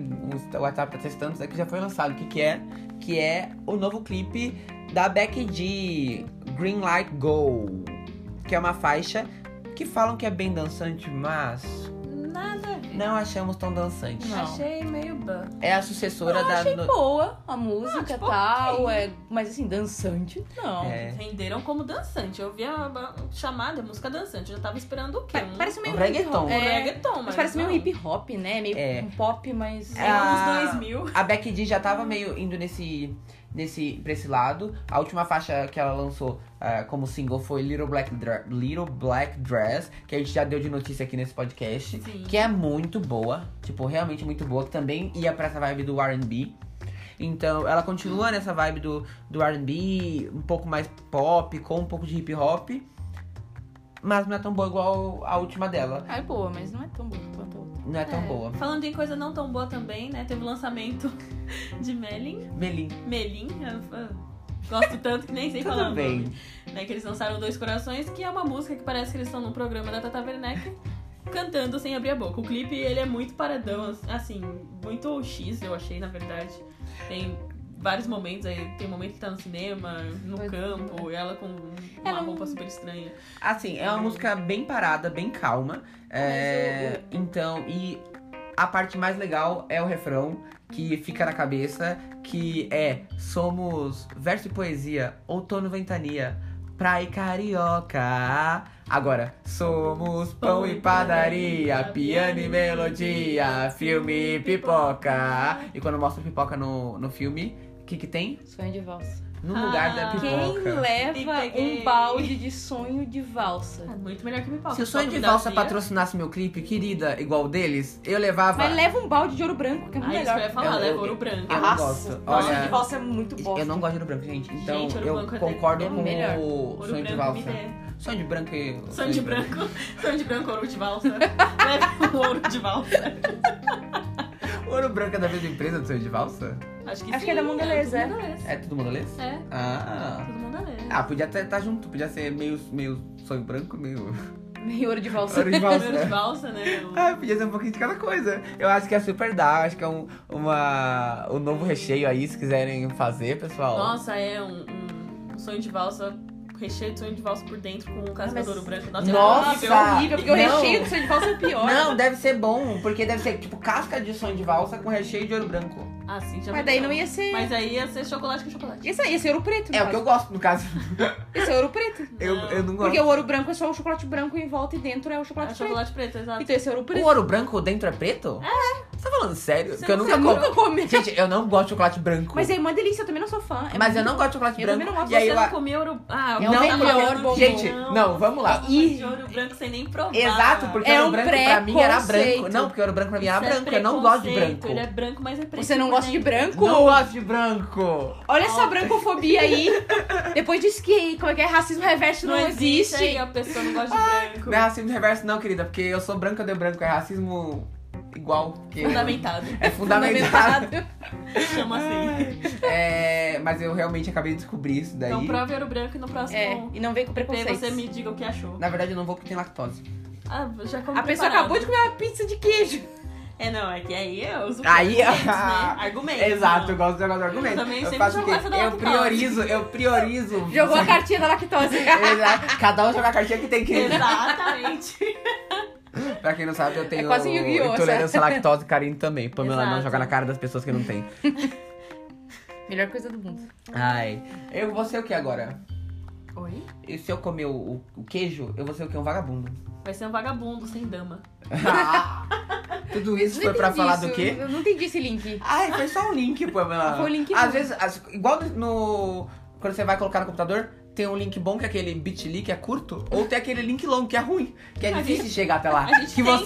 Speaker 1: o WhatsApp tá testando, isso aqui já foi lançado, o que que é? Que é o novo clipe da Becky G, Green Light Go, que é uma faixa que falam que é bem dançante, mas
Speaker 2: Nada a ver.
Speaker 1: não achamos tão dançante.
Speaker 3: Não.
Speaker 2: Achei meio ban.
Speaker 1: É a sucessora
Speaker 3: Eu
Speaker 1: da
Speaker 3: achei
Speaker 1: no-
Speaker 3: boa a música e
Speaker 2: tipo,
Speaker 3: tal,
Speaker 2: ok.
Speaker 3: é, mas assim, dançante, não.
Speaker 1: É.
Speaker 2: Renderam como dançante. Eu vi a a chamada música dançante. Eu já tava esperando o quê?
Speaker 3: Pa-
Speaker 2: Um,
Speaker 3: Parece meio
Speaker 1: Um reggaeton.
Speaker 3: hip hop,
Speaker 2: um
Speaker 3: é,
Speaker 2: reggaeton, mas.
Speaker 3: mas parece meio
Speaker 2: não.
Speaker 3: hip hop, né? Meio
Speaker 1: É.
Speaker 3: um pop, mas.
Speaker 2: É
Speaker 1: Ah.
Speaker 2: anos 2000.
Speaker 1: A Becky D já tava meio indo nesse, nesse, pra esse lado. A última faixa que ela lançou ah, como single foi Little Black, Dre- Little Black Dress, que a gente já deu de notícia aqui nesse podcast.
Speaker 2: Sim.
Speaker 1: Que é muito boa, tipo, realmente muito boa. Que também ia pra essa vibe do RB. Então, ela continua nessa vibe do, do RB, um pouco mais pop, com um pouco de hip hop. Mas não é tão boa igual a última dela.
Speaker 3: Ah, é boa, mas não é tão boa quanto a outra.
Speaker 1: Não é tão
Speaker 2: É.
Speaker 1: boa.
Speaker 2: Falando em coisa não tão boa também, né? Teve o lançamento de Melin.
Speaker 1: Melin,
Speaker 2: Melin. eu- eu Gosto tanto que nem sei falar.
Speaker 1: tudo
Speaker 2: o
Speaker 1: bem.
Speaker 2: nome, Né? Que eles lançaram Dois Corações, que é uma música que parece que eles estão num programa da Tata Werneck cantando sem abrir a boca. O clipe, ele é muito paradão, assim, muito X, eu achei, na verdade. Tem vários momentos aí. Tem momento que tá no cinema, no
Speaker 3: Pois é.
Speaker 2: campo, e ela com uma
Speaker 3: Ela- é um
Speaker 2: roupa super estranha.
Speaker 1: Assim, é uma música bem parada, bem calma. É, Então, e a parte mais legal é o refrão que fica na cabeça, que é somos verso e poesia, outono e ventania, praia e carioca. Agora, somos pão e padaria, piano e melodia, filme e pipoca. E quando mostra pipoca no, no filme, o que que tem?
Speaker 3: Sonho de valsa.
Speaker 1: No lugar da
Speaker 2: Ah,
Speaker 3: Quem
Speaker 1: pipoca.
Speaker 2: Te
Speaker 3: leva
Speaker 2: peguei.
Speaker 3: um balde de sonho de valsa?
Speaker 2: Ah, Muito melhor que me pau.
Speaker 1: Se o sonho de valsa patrocinasse meu clipe, querida, igual o deles, eu levava.
Speaker 3: Mas leva um balde de ouro branco, que é muito
Speaker 2: Ah, isso que eu
Speaker 3: melhor.
Speaker 2: ia falar,
Speaker 1: Ah, Eu-
Speaker 2: leva
Speaker 1: eu-
Speaker 2: ouro branco.
Speaker 1: eu não gosto.
Speaker 3: nossa,
Speaker 1: Olha,
Speaker 3: de valsa é muito bom.
Speaker 1: Eu não gosto de ouro branco, gente. Então
Speaker 2: Gente, ouro branco
Speaker 1: eu
Speaker 2: é
Speaker 1: concordo
Speaker 3: de- é
Speaker 1: com
Speaker 3: melhor.
Speaker 1: o
Speaker 2: Ouro
Speaker 1: sonho de
Speaker 2: branco, me
Speaker 1: valsa.
Speaker 2: dê.
Speaker 1: Sonho de branco e.
Speaker 2: Sonho de branco, sonho de branco, ouro de valsa. Leve o ouro de valsa.
Speaker 1: Ouro branco é da mesma empresa do sonho de valsa?
Speaker 2: Acho que
Speaker 3: Acho
Speaker 2: sim,
Speaker 3: que é da
Speaker 2: né?
Speaker 3: Mondelez, é.
Speaker 2: Tudo Mondelez.
Speaker 1: É todo mundo lê?
Speaker 2: É,
Speaker 1: Ah.
Speaker 2: tudo Mondelez.
Speaker 1: Ah, podia estar tá junto, podia ser meio, meio sonho branco, meio.
Speaker 3: Meio ouro de valsa. é
Speaker 1: Ouro de
Speaker 2: Ouro de
Speaker 1: valsa.
Speaker 2: valsa, né?
Speaker 1: Ah, podia ser um pouquinho de cada coisa. Eu acho que é super dar, acho que é um, uma, um novo recheio aí, se quiserem fazer, pessoal.
Speaker 2: Nossa, é um, um sonho de valsa, recheio de sonho de valsa por dentro com um casca
Speaker 3: Ah, mas-
Speaker 2: de ouro branco. Nossa,
Speaker 1: Nossa!
Speaker 2: é horrível.
Speaker 3: É horrível, porque o
Speaker 1: Não.
Speaker 3: recheio do sonho de valsa é pior.
Speaker 1: Não, deve ser bom, porque deve ser tipo casca de sonho de valsa com recheio de ouro branco.
Speaker 2: Ah, sim, já
Speaker 3: Mas
Speaker 2: me
Speaker 3: daí
Speaker 2: deu.
Speaker 3: não ia ser.
Speaker 2: Mas aí ia ser chocolate com chocolate.
Speaker 3: Esse aí, ia ser ouro preto. no
Speaker 1: É o que eu
Speaker 3: caso.
Speaker 1: gosto, no caso.
Speaker 3: Ia ser ouro preto.
Speaker 1: Eu, eu não gosto.
Speaker 3: Porque o ouro branco é só o chocolate branco em volta e dentro é o
Speaker 2: É
Speaker 3: chocolate
Speaker 2: chocolate,
Speaker 3: preto.
Speaker 2: preto, exato.
Speaker 3: Então esse é ouro
Speaker 1: O
Speaker 3: preto.
Speaker 1: ouro branco dentro é preto? É. Você tá falando sério? Porque eu
Speaker 2: não
Speaker 1: nunca como.
Speaker 2: sabe.
Speaker 3: comi.
Speaker 1: Gente, eu não gosto de chocolate branco.
Speaker 3: Mas é uma delícia, eu também não sou fã. É
Speaker 1: Mas eu
Speaker 3: muito
Speaker 1: não
Speaker 3: bom.
Speaker 1: gosto de chocolate
Speaker 3: Eu
Speaker 1: branco.
Speaker 3: também não gosto,
Speaker 1: e aí
Speaker 2: Você
Speaker 1: eu...
Speaker 2: não comeu ouro... Ah,
Speaker 3: É o
Speaker 1: não,
Speaker 2: tá
Speaker 3: melhor
Speaker 2: comendo
Speaker 3: bombom.
Speaker 1: Gente, não, vamos lá.
Speaker 2: Nossa, mas de ouro branco sem nem provar.
Speaker 1: Exato, porque
Speaker 3: É
Speaker 1: ouro
Speaker 3: um
Speaker 1: branco pra mim era
Speaker 3: preconceito.
Speaker 1: branco. Não, porque ouro branco pra mim era
Speaker 2: Isso é
Speaker 1: branco. Eu não gosto de
Speaker 2: preconceito,
Speaker 1: branco.
Speaker 2: Ele é branco, mas é preto.
Speaker 3: Você não
Speaker 2: por
Speaker 3: gosta de
Speaker 2: dentro.
Speaker 3: branco?
Speaker 1: Não gosto de branco.
Speaker 3: Olha essa brancofobia aí. Depois diz que como é que é? racismo reverso não, existe.
Speaker 2: aí é a pessoa não gosta de branco.
Speaker 1: Não é racismo reverso, não, querida, porque eu sou branca, eu dei branco. É racismo igual. Porque
Speaker 2: Fundamentado.
Speaker 1: É fundamentado.
Speaker 2: Chama assim.
Speaker 1: É, mas eu realmente acabei de descobrir isso daí.
Speaker 2: Então prove ouro branco e no próximo
Speaker 3: É, e não vem com
Speaker 2: PP
Speaker 3: preconceito.
Speaker 2: você me diga o que achou.
Speaker 1: Na verdade, eu não vou porque tem lactose.
Speaker 2: Ah, já como
Speaker 3: A pessoa
Speaker 2: preparado.
Speaker 3: acabou de comer uma pizza de queijo.
Speaker 2: É, não, é que aí eu uso
Speaker 1: Aí-
Speaker 2: argumentos, né? Argumentos.
Speaker 1: Exato, eu
Speaker 2: não.
Speaker 1: gosto de jogar de argumento.
Speaker 2: também
Speaker 1: eu
Speaker 2: sempre
Speaker 1: faço o
Speaker 2: jogo
Speaker 1: quê?
Speaker 2: essa da
Speaker 1: Eu
Speaker 2: lactose.
Speaker 1: priorizo, eu priorizo.
Speaker 3: Jogou a cartinha da lactose.
Speaker 2: É.
Speaker 1: Exato. Cada um joga a cartinha que tem que.
Speaker 2: Exatamente.
Speaker 1: pra quem não sabe, eu tenho
Speaker 3: quase Yu-Gi-Oh,
Speaker 1: intolerância à lactose e carinho também. Pamela não
Speaker 2: é. Exato.
Speaker 1: joga na cara das pessoas que não tem.
Speaker 3: Melhor coisa do mundo.
Speaker 1: Ai. Eu vou ser o que agora?
Speaker 2: Oi?
Speaker 1: E se eu comer o, o queijo, eu vou ser o que? Um vagabundo.
Speaker 2: Vai ser um vagabundo sem dama. Ah.
Speaker 1: Tudo isso foi
Speaker 3: Não
Speaker 1: pra
Speaker 3: entendi
Speaker 1: falar
Speaker 3: isso,
Speaker 1: do quê?
Speaker 3: Eu não entendi esse link.
Speaker 1: Ai, foi só um link, Pamela.
Speaker 3: Foi um link
Speaker 1: Às
Speaker 3: bom.
Speaker 1: vezes, as- igual no. Quando você vai colocar no computador, tem um link bom que é aquele bit.ly que é curto, ou tem aquele link longo que é ruim, que é
Speaker 2: A
Speaker 1: difícil
Speaker 2: gente-
Speaker 1: chegar até lá.
Speaker 2: a gente
Speaker 1: que
Speaker 2: tenta.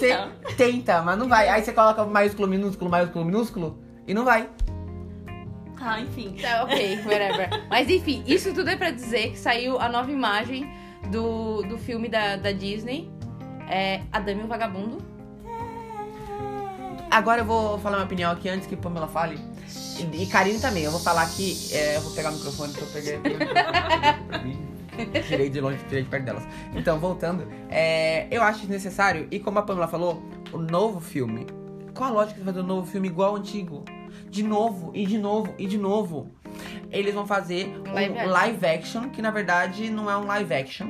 Speaker 1: você tenta, mas não vai. Aí você coloca maiúsculo, minúsculo, maiúsculo, minúsculo, e não vai.
Speaker 2: Ah, enfim.
Speaker 3: Tá, ok, whatever. Mas enfim, isso tudo é pra dizer que saiu a nova imagem do, do filme da, da Disney. É A Dama e o Vagabundo.
Speaker 1: Agora eu vou falar minha opinião aqui antes que Pamela fale. E, e Karine também, eu vou falar aqui. é, eu vou pegar o microfone pra eu pegar. pra mim. Tirei de longe, tirei de perto delas. Então, voltando, é, eu acho desnecessário, e como a Pamela falou, o novo filme. Qual a lógica de fazer um novo filme igual ao antigo? De novo, e de novo, e de novo. Eles vão fazer um
Speaker 3: Live action.
Speaker 1: live action, que na verdade não é um live action.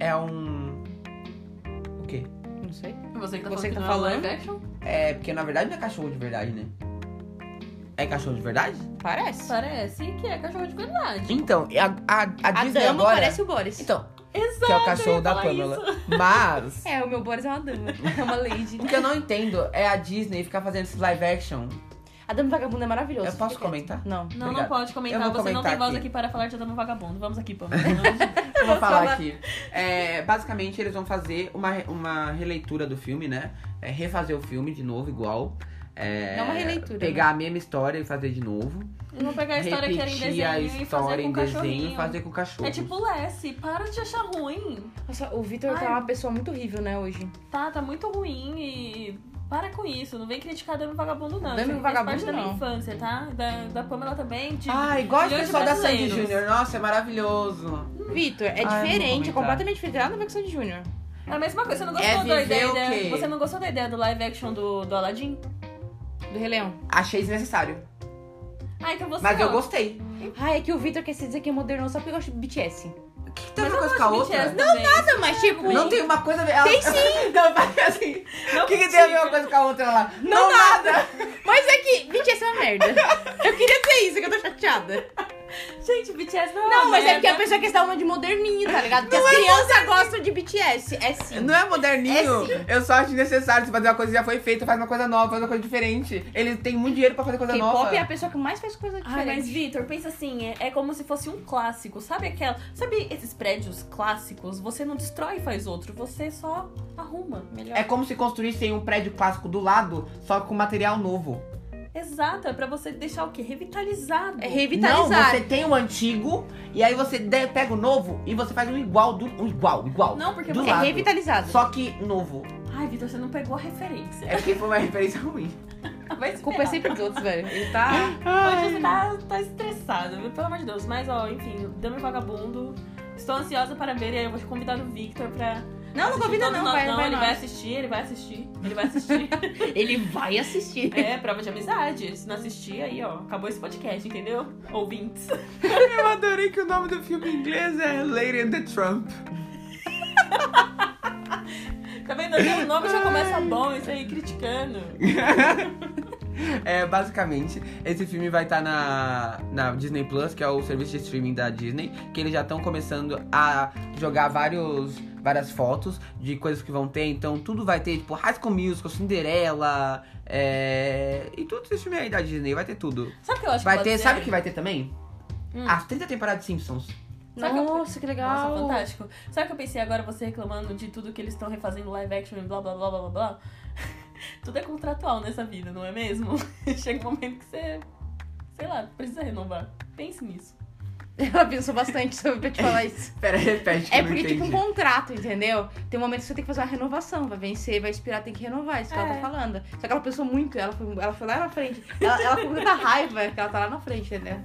Speaker 1: É um. O quê?
Speaker 3: Não sei.
Speaker 2: Você que tá
Speaker 3: Você que
Speaker 2: falando, que
Speaker 3: tá
Speaker 2: não é
Speaker 3: falando?
Speaker 2: live action?
Speaker 1: É, porque na verdade não é cachorro de verdade, né? É cachorro de verdade?
Speaker 3: Parece.
Speaker 2: Parece que é cachorro de verdade.
Speaker 1: Então, a, a, a
Speaker 3: A
Speaker 1: Disney
Speaker 3: dama
Speaker 1: agora.
Speaker 3: parece o Boris.
Speaker 1: Então,
Speaker 2: Exato.
Speaker 1: que é o
Speaker 2: eu
Speaker 1: cachorro
Speaker 2: ia
Speaker 1: da
Speaker 2: falar
Speaker 1: Pamela.
Speaker 2: isso.
Speaker 1: Mas.
Speaker 3: É, o meu Boris é uma dama. É uma lady.
Speaker 1: O que eu não entendo é a Disney ficar fazendo esse live action.
Speaker 3: A dama vagabunda é maravilhosa.
Speaker 1: Eu posso
Speaker 3: fica quieto.
Speaker 1: comentar?
Speaker 3: Não.
Speaker 2: Não,
Speaker 1: Obrigado.
Speaker 2: não pode
Speaker 1: Eu
Speaker 2: comentar.
Speaker 1: vou
Speaker 2: Você não
Speaker 1: comentar
Speaker 2: tem voz
Speaker 1: aqui.
Speaker 2: aqui para falar de Adamo Vagabundo. Vamos aqui, Pamela. Vamos.
Speaker 1: Eu vou falar
Speaker 3: falar.
Speaker 1: aqui. É, basicamente, eles vão fazer uma, re- uma releitura do filme, né? É, refazer o filme de novo, igual. É,
Speaker 3: É uma releitura,
Speaker 1: Pegar a mesma história e fazer de novo.
Speaker 2: Eu vou pegar né? É a história que era em
Speaker 1: Repetir
Speaker 2: desenho
Speaker 1: a
Speaker 2: e fazer
Speaker 1: história
Speaker 2: com
Speaker 1: em desenho
Speaker 2: o
Speaker 1: e
Speaker 2: cachorrinho.
Speaker 1: fazer com o cachorro.
Speaker 2: É tipo Lessie, para de achar ruim.
Speaker 3: Nossa, o Vitor tá
Speaker 2: Ai.
Speaker 3: uma pessoa muito horrível, né, hoje.
Speaker 2: Tá, tá muito ruim e para com isso. Não vem criticar Dama e Vagabundo, não.
Speaker 3: Dama e
Speaker 2: Isso faz
Speaker 3: Vagabundo,
Speaker 2: parte da minha
Speaker 3: não.
Speaker 2: infância, tá? Da, da Pamela também. De...
Speaker 1: Ah, igual o
Speaker 2: milhões de
Speaker 1: pessoal da Sandy
Speaker 2: brasileiros.
Speaker 1: Júnior. Nossa, é maravilhoso.
Speaker 2: Hum.
Speaker 3: Vitor, é
Speaker 1: eu vou
Speaker 3: diferente, é
Speaker 1: comentar.
Speaker 3: completamente diferente. Tem nada a ver com o Sandy Júnior.
Speaker 2: É a mesma coisa. Você não
Speaker 1: É
Speaker 2: gostou da
Speaker 1: viver
Speaker 2: ideia,
Speaker 1: o quê?
Speaker 2: Você não gostou da ideia do live action do, do Aladdin?
Speaker 3: Do Rei Leão.
Speaker 1: Achei desnecessário.
Speaker 2: Ah, então você
Speaker 1: Mas eu
Speaker 2: não.
Speaker 1: gostei.
Speaker 3: Ai, é que o Vitor quer se dizer que é moderno só porque gosta de BTS.
Speaker 1: O que tem
Speaker 2: Mas
Speaker 1: uma
Speaker 2: eu
Speaker 1: coisa
Speaker 2: gosto
Speaker 1: com a
Speaker 2: de
Speaker 1: outra?
Speaker 2: BTS também.
Speaker 3: Não, mas tipo...
Speaker 1: Não tem uma coisa a ver. Ela...
Speaker 3: Tem
Speaker 1: sim! Não, mas assim.
Speaker 2: Não
Speaker 1: O que, que tem
Speaker 2: critica.
Speaker 1: a ver uma coisa com a outra lá? Não, nada!
Speaker 3: Mas é que BTS é uma merda. Eu queria dizer isso, que eu tô chateada.
Speaker 2: Gente, BTS não é
Speaker 3: Não,
Speaker 2: uma
Speaker 3: mas é
Speaker 2: merda. é
Speaker 3: porque a pessoa quer estar uma de moderninho, tá ligado? Porque as crianças gostam de BTS. É sim.
Speaker 1: Não é moderninho.
Speaker 3: É sim.
Speaker 1: eu só acho necessário. Se fazer uma coisa que já foi feita, faz uma coisa nova, faz uma coisa diferente. Ele tem muito dinheiro pra fazer coisa nova.
Speaker 3: K-pop é a pessoa que mais faz coisa
Speaker 2: Ai, mas
Speaker 3: diferente.
Speaker 2: Vitor, pensa assim, é, é como se fosse um clássico. Sabe aquela. Sabe esses prédios clássicos? Você não destrói e faz outro, você só arruma melhor.
Speaker 1: É como se construíssem um prédio clássico do lado, só com material novo.
Speaker 2: Exato, é pra você deixar o quê? Revitalizado.
Speaker 3: É revitalizar.
Speaker 1: Não, você tem o antigo, e aí você de- pega o novo e você faz um igual, do, um igual, igual.
Speaker 2: Não, porque
Speaker 1: do
Speaker 2: você-
Speaker 3: É
Speaker 1: lado.
Speaker 3: revitalizado.
Speaker 1: Só que novo.
Speaker 2: Ai, Vitor, você não pegou a referência.
Speaker 1: É porque foi uma referência ruim.
Speaker 2: Vai
Speaker 3: A culpa é
Speaker 2: esperar.
Speaker 3: sempre dos outros, velho. Ele tá.
Speaker 2: Hoje você tá, tá estressado, viu? pelo amor de Deus. Mas, ó, enfim, Dama e Vagabundo. Estou ansiosa para ver, e aí eu vou convidar o Victor pra.
Speaker 3: Não, não
Speaker 2: assistir
Speaker 3: convida,
Speaker 2: todos
Speaker 3: não.
Speaker 2: nós.
Speaker 3: Vai,
Speaker 2: não,
Speaker 3: vai,
Speaker 2: ele
Speaker 3: não.
Speaker 2: vai assistir, ele vai assistir, ele vai assistir.
Speaker 3: Ele vai assistir.
Speaker 2: É, prova de amizade. Se não assistir, aí, ó, acabou esse podcast, entendeu? Ouvintes.
Speaker 1: Eu adorei que o nome do filme em inglês é Lady and the Trump.
Speaker 2: Tá vendo? O nome já começa bom, isso aí, criticando.
Speaker 1: É, basicamente, esse filme vai estar na, na Disney Plus, que é o serviço de streaming da Disney, que eles já estão começando a jogar vários, várias fotos de coisas que vão ter. Então, tudo vai ter, tipo, High School Musical, Cinderela, é, e tudo esse filme aí da Disney, vai ter tudo.
Speaker 2: Sabe o que eu acho que
Speaker 1: Vai
Speaker 2: pode
Speaker 1: ter,
Speaker 2: ser?
Speaker 1: sabe o que vai ter também?
Speaker 2: Hum.
Speaker 1: As 30 temporadas de Simpsons.
Speaker 3: Nossa, que legal.
Speaker 2: Nossa, fantástico. Sabe o que eu pensei agora, você reclamando de tudo que eles estão refazendo live action e blá blá blá blá blá blá? Tudo é contratual nessa vida, não é mesmo? Chega um momento que você, sei lá, precisa renovar. Pense nisso.
Speaker 3: Ela pensou bastante sobre pra te falar isso.
Speaker 1: Pera, repete. que
Speaker 3: É
Speaker 1: eu não
Speaker 3: porque, tipo, um
Speaker 1: entendi.
Speaker 3: contrato, entendeu? Tem um momento que você tem que fazer uma renovação. Vai vencer, vai expirar, tem que renovar. Isso que ela
Speaker 2: É.
Speaker 3: tá falando. Só que ela pensou muito, ela foi, ela foi lá na frente. Ela, ela ficou com tanta raiva que ela tá lá na frente, entendeu?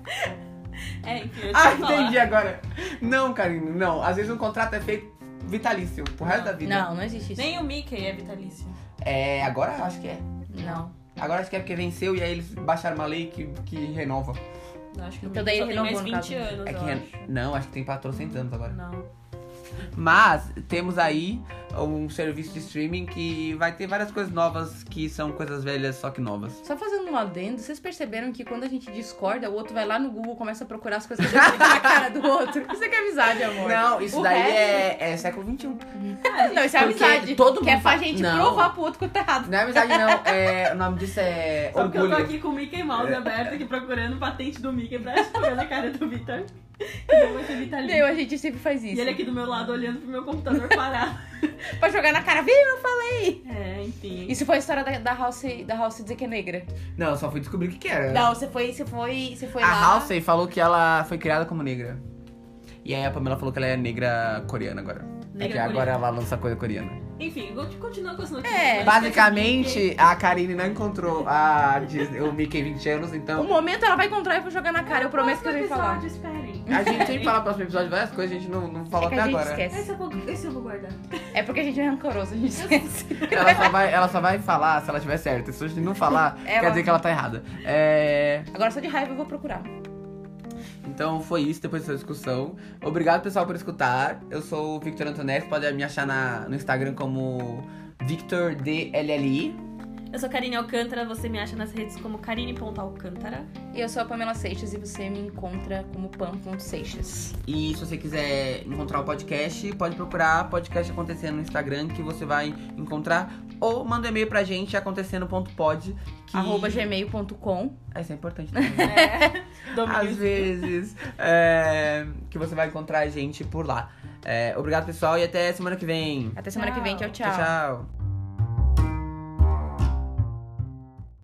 Speaker 2: É, enfim, eu
Speaker 1: Ah,
Speaker 2: tinha que falar.
Speaker 1: entendi agora. Não, Karine, não. Às vezes um contrato é feito vitalício, pro resto da vida.
Speaker 3: Não, não existe isso.
Speaker 2: Nem o Mickey é vitalício.
Speaker 1: É, agora eu acho que é.
Speaker 3: Não.
Speaker 1: Agora acho que é porque venceu e aí eles baixaram uma lei que, que renova.
Speaker 2: Eu acho que
Speaker 3: Então
Speaker 2: o
Speaker 3: daí
Speaker 2: Mickey só tem mais
Speaker 3: renovou, no
Speaker 2: 20 anos,
Speaker 1: É que
Speaker 2: eu
Speaker 1: ren-
Speaker 2: acho.
Speaker 1: Não, acho que tem pra anos agora.
Speaker 2: Não.
Speaker 1: Mas temos aí um serviço de streaming que vai ter várias coisas novas que são coisas velhas, só que novas.
Speaker 3: Só fazendo um adendo, vocês perceberam que quando a gente discorda, o outro vai lá no Google começa a procurar as coisas que eu na cara do outro. Isso é que é amizade, amor.
Speaker 1: Não, isso
Speaker 3: O
Speaker 1: daí
Speaker 3: resto-
Speaker 1: é, é século XXI.
Speaker 3: Não, isso é
Speaker 1: Porque
Speaker 3: amizade.
Speaker 1: todo mundo
Speaker 3: que é pra
Speaker 1: fala-
Speaker 3: gente
Speaker 1: Não.
Speaker 3: provar pro outro que eu tô errado.
Speaker 1: Não é amizade, não. É, o nome disso é
Speaker 2: Só porque eu tô
Speaker 1: orgulho.
Speaker 2: aqui com o Mickey
Speaker 1: É.
Speaker 2: Mouse aberto aqui procurando patente do Mickey pra jogar na cara do Victor. Que não vai ser vitalício.
Speaker 3: Meu, a gente sempre faz
Speaker 2: E
Speaker 3: isso.
Speaker 2: ele aqui do meu lado olhando pro meu computador parado.
Speaker 3: Pra jogar na cara, viu? Eu falei.
Speaker 2: É, enfim.
Speaker 3: Isso foi a história da, da House da House dizer que é negra.
Speaker 1: Não, eu só fui descobrir o que, que era.
Speaker 3: Não, você foi, você foi, você foi
Speaker 1: É. a
Speaker 3: lá.
Speaker 1: Halsey falou que ela foi criada como negra. E aí a Pamela falou que ela é negra coreana agora. é que
Speaker 2: Negra
Speaker 1: agora
Speaker 2: coreana.
Speaker 1: ela lança coisa coreana.
Speaker 2: Enfim, vou- continua com as notícias.
Speaker 3: É.
Speaker 2: mas
Speaker 1: Basicamente, a Karine não encontrou a Disney, o Mickey 20 anos,
Speaker 3: O
Speaker 1: então.
Speaker 3: momento ela vai encontrar e eu vou jogar na cara. Eu prometo que eu
Speaker 2: Próximo
Speaker 3: vou falar.
Speaker 2: episódio, esperem.
Speaker 1: A gente sempre fala no próximo episódio várias coisas, a gente não, não falou
Speaker 3: é que
Speaker 1: até
Speaker 3: a gente
Speaker 1: agora.
Speaker 2: Esse
Speaker 3: esquece.
Speaker 2: eu vou, esse eu vou guardar.
Speaker 3: É porque a gente é rancoroso, a gente esquece.
Speaker 1: Ela só, vai, ela só vai falar se ela tiver certa. Se a gente não falar, quer
Speaker 3: Ela-
Speaker 1: dizer que ela tá errada. É,
Speaker 3: Agora só de raiva eu vou procurar.
Speaker 1: Então foi isso depois dessa discussão. Obrigado, pessoal, por escutar. Eu sou o Victor Antonetti, pode me achar na- no Instagram como VictorDLLI.
Speaker 2: Eu sou Karine Alcântara, você me acha nas redes como Karine.alcântara.
Speaker 3: E eu sou a Pamela Seixas e você me encontra como pam.seixas.
Speaker 1: E se você quiser encontrar o podcast, pode procurar podcast acontecendo no Instagram que você vai encontrar. Ou manda um e-mail pra gente, acontecendo.pod. Que...
Speaker 3: Arroba gmail.com.
Speaker 1: Ah, Isso é importante também.
Speaker 2: Domingos.
Speaker 1: Às vezes. é, que você vai encontrar a gente por lá. É, obrigado, pessoal, e até semana que vem.
Speaker 3: Até semana que vem. Tchau, tchau.
Speaker 1: tchau.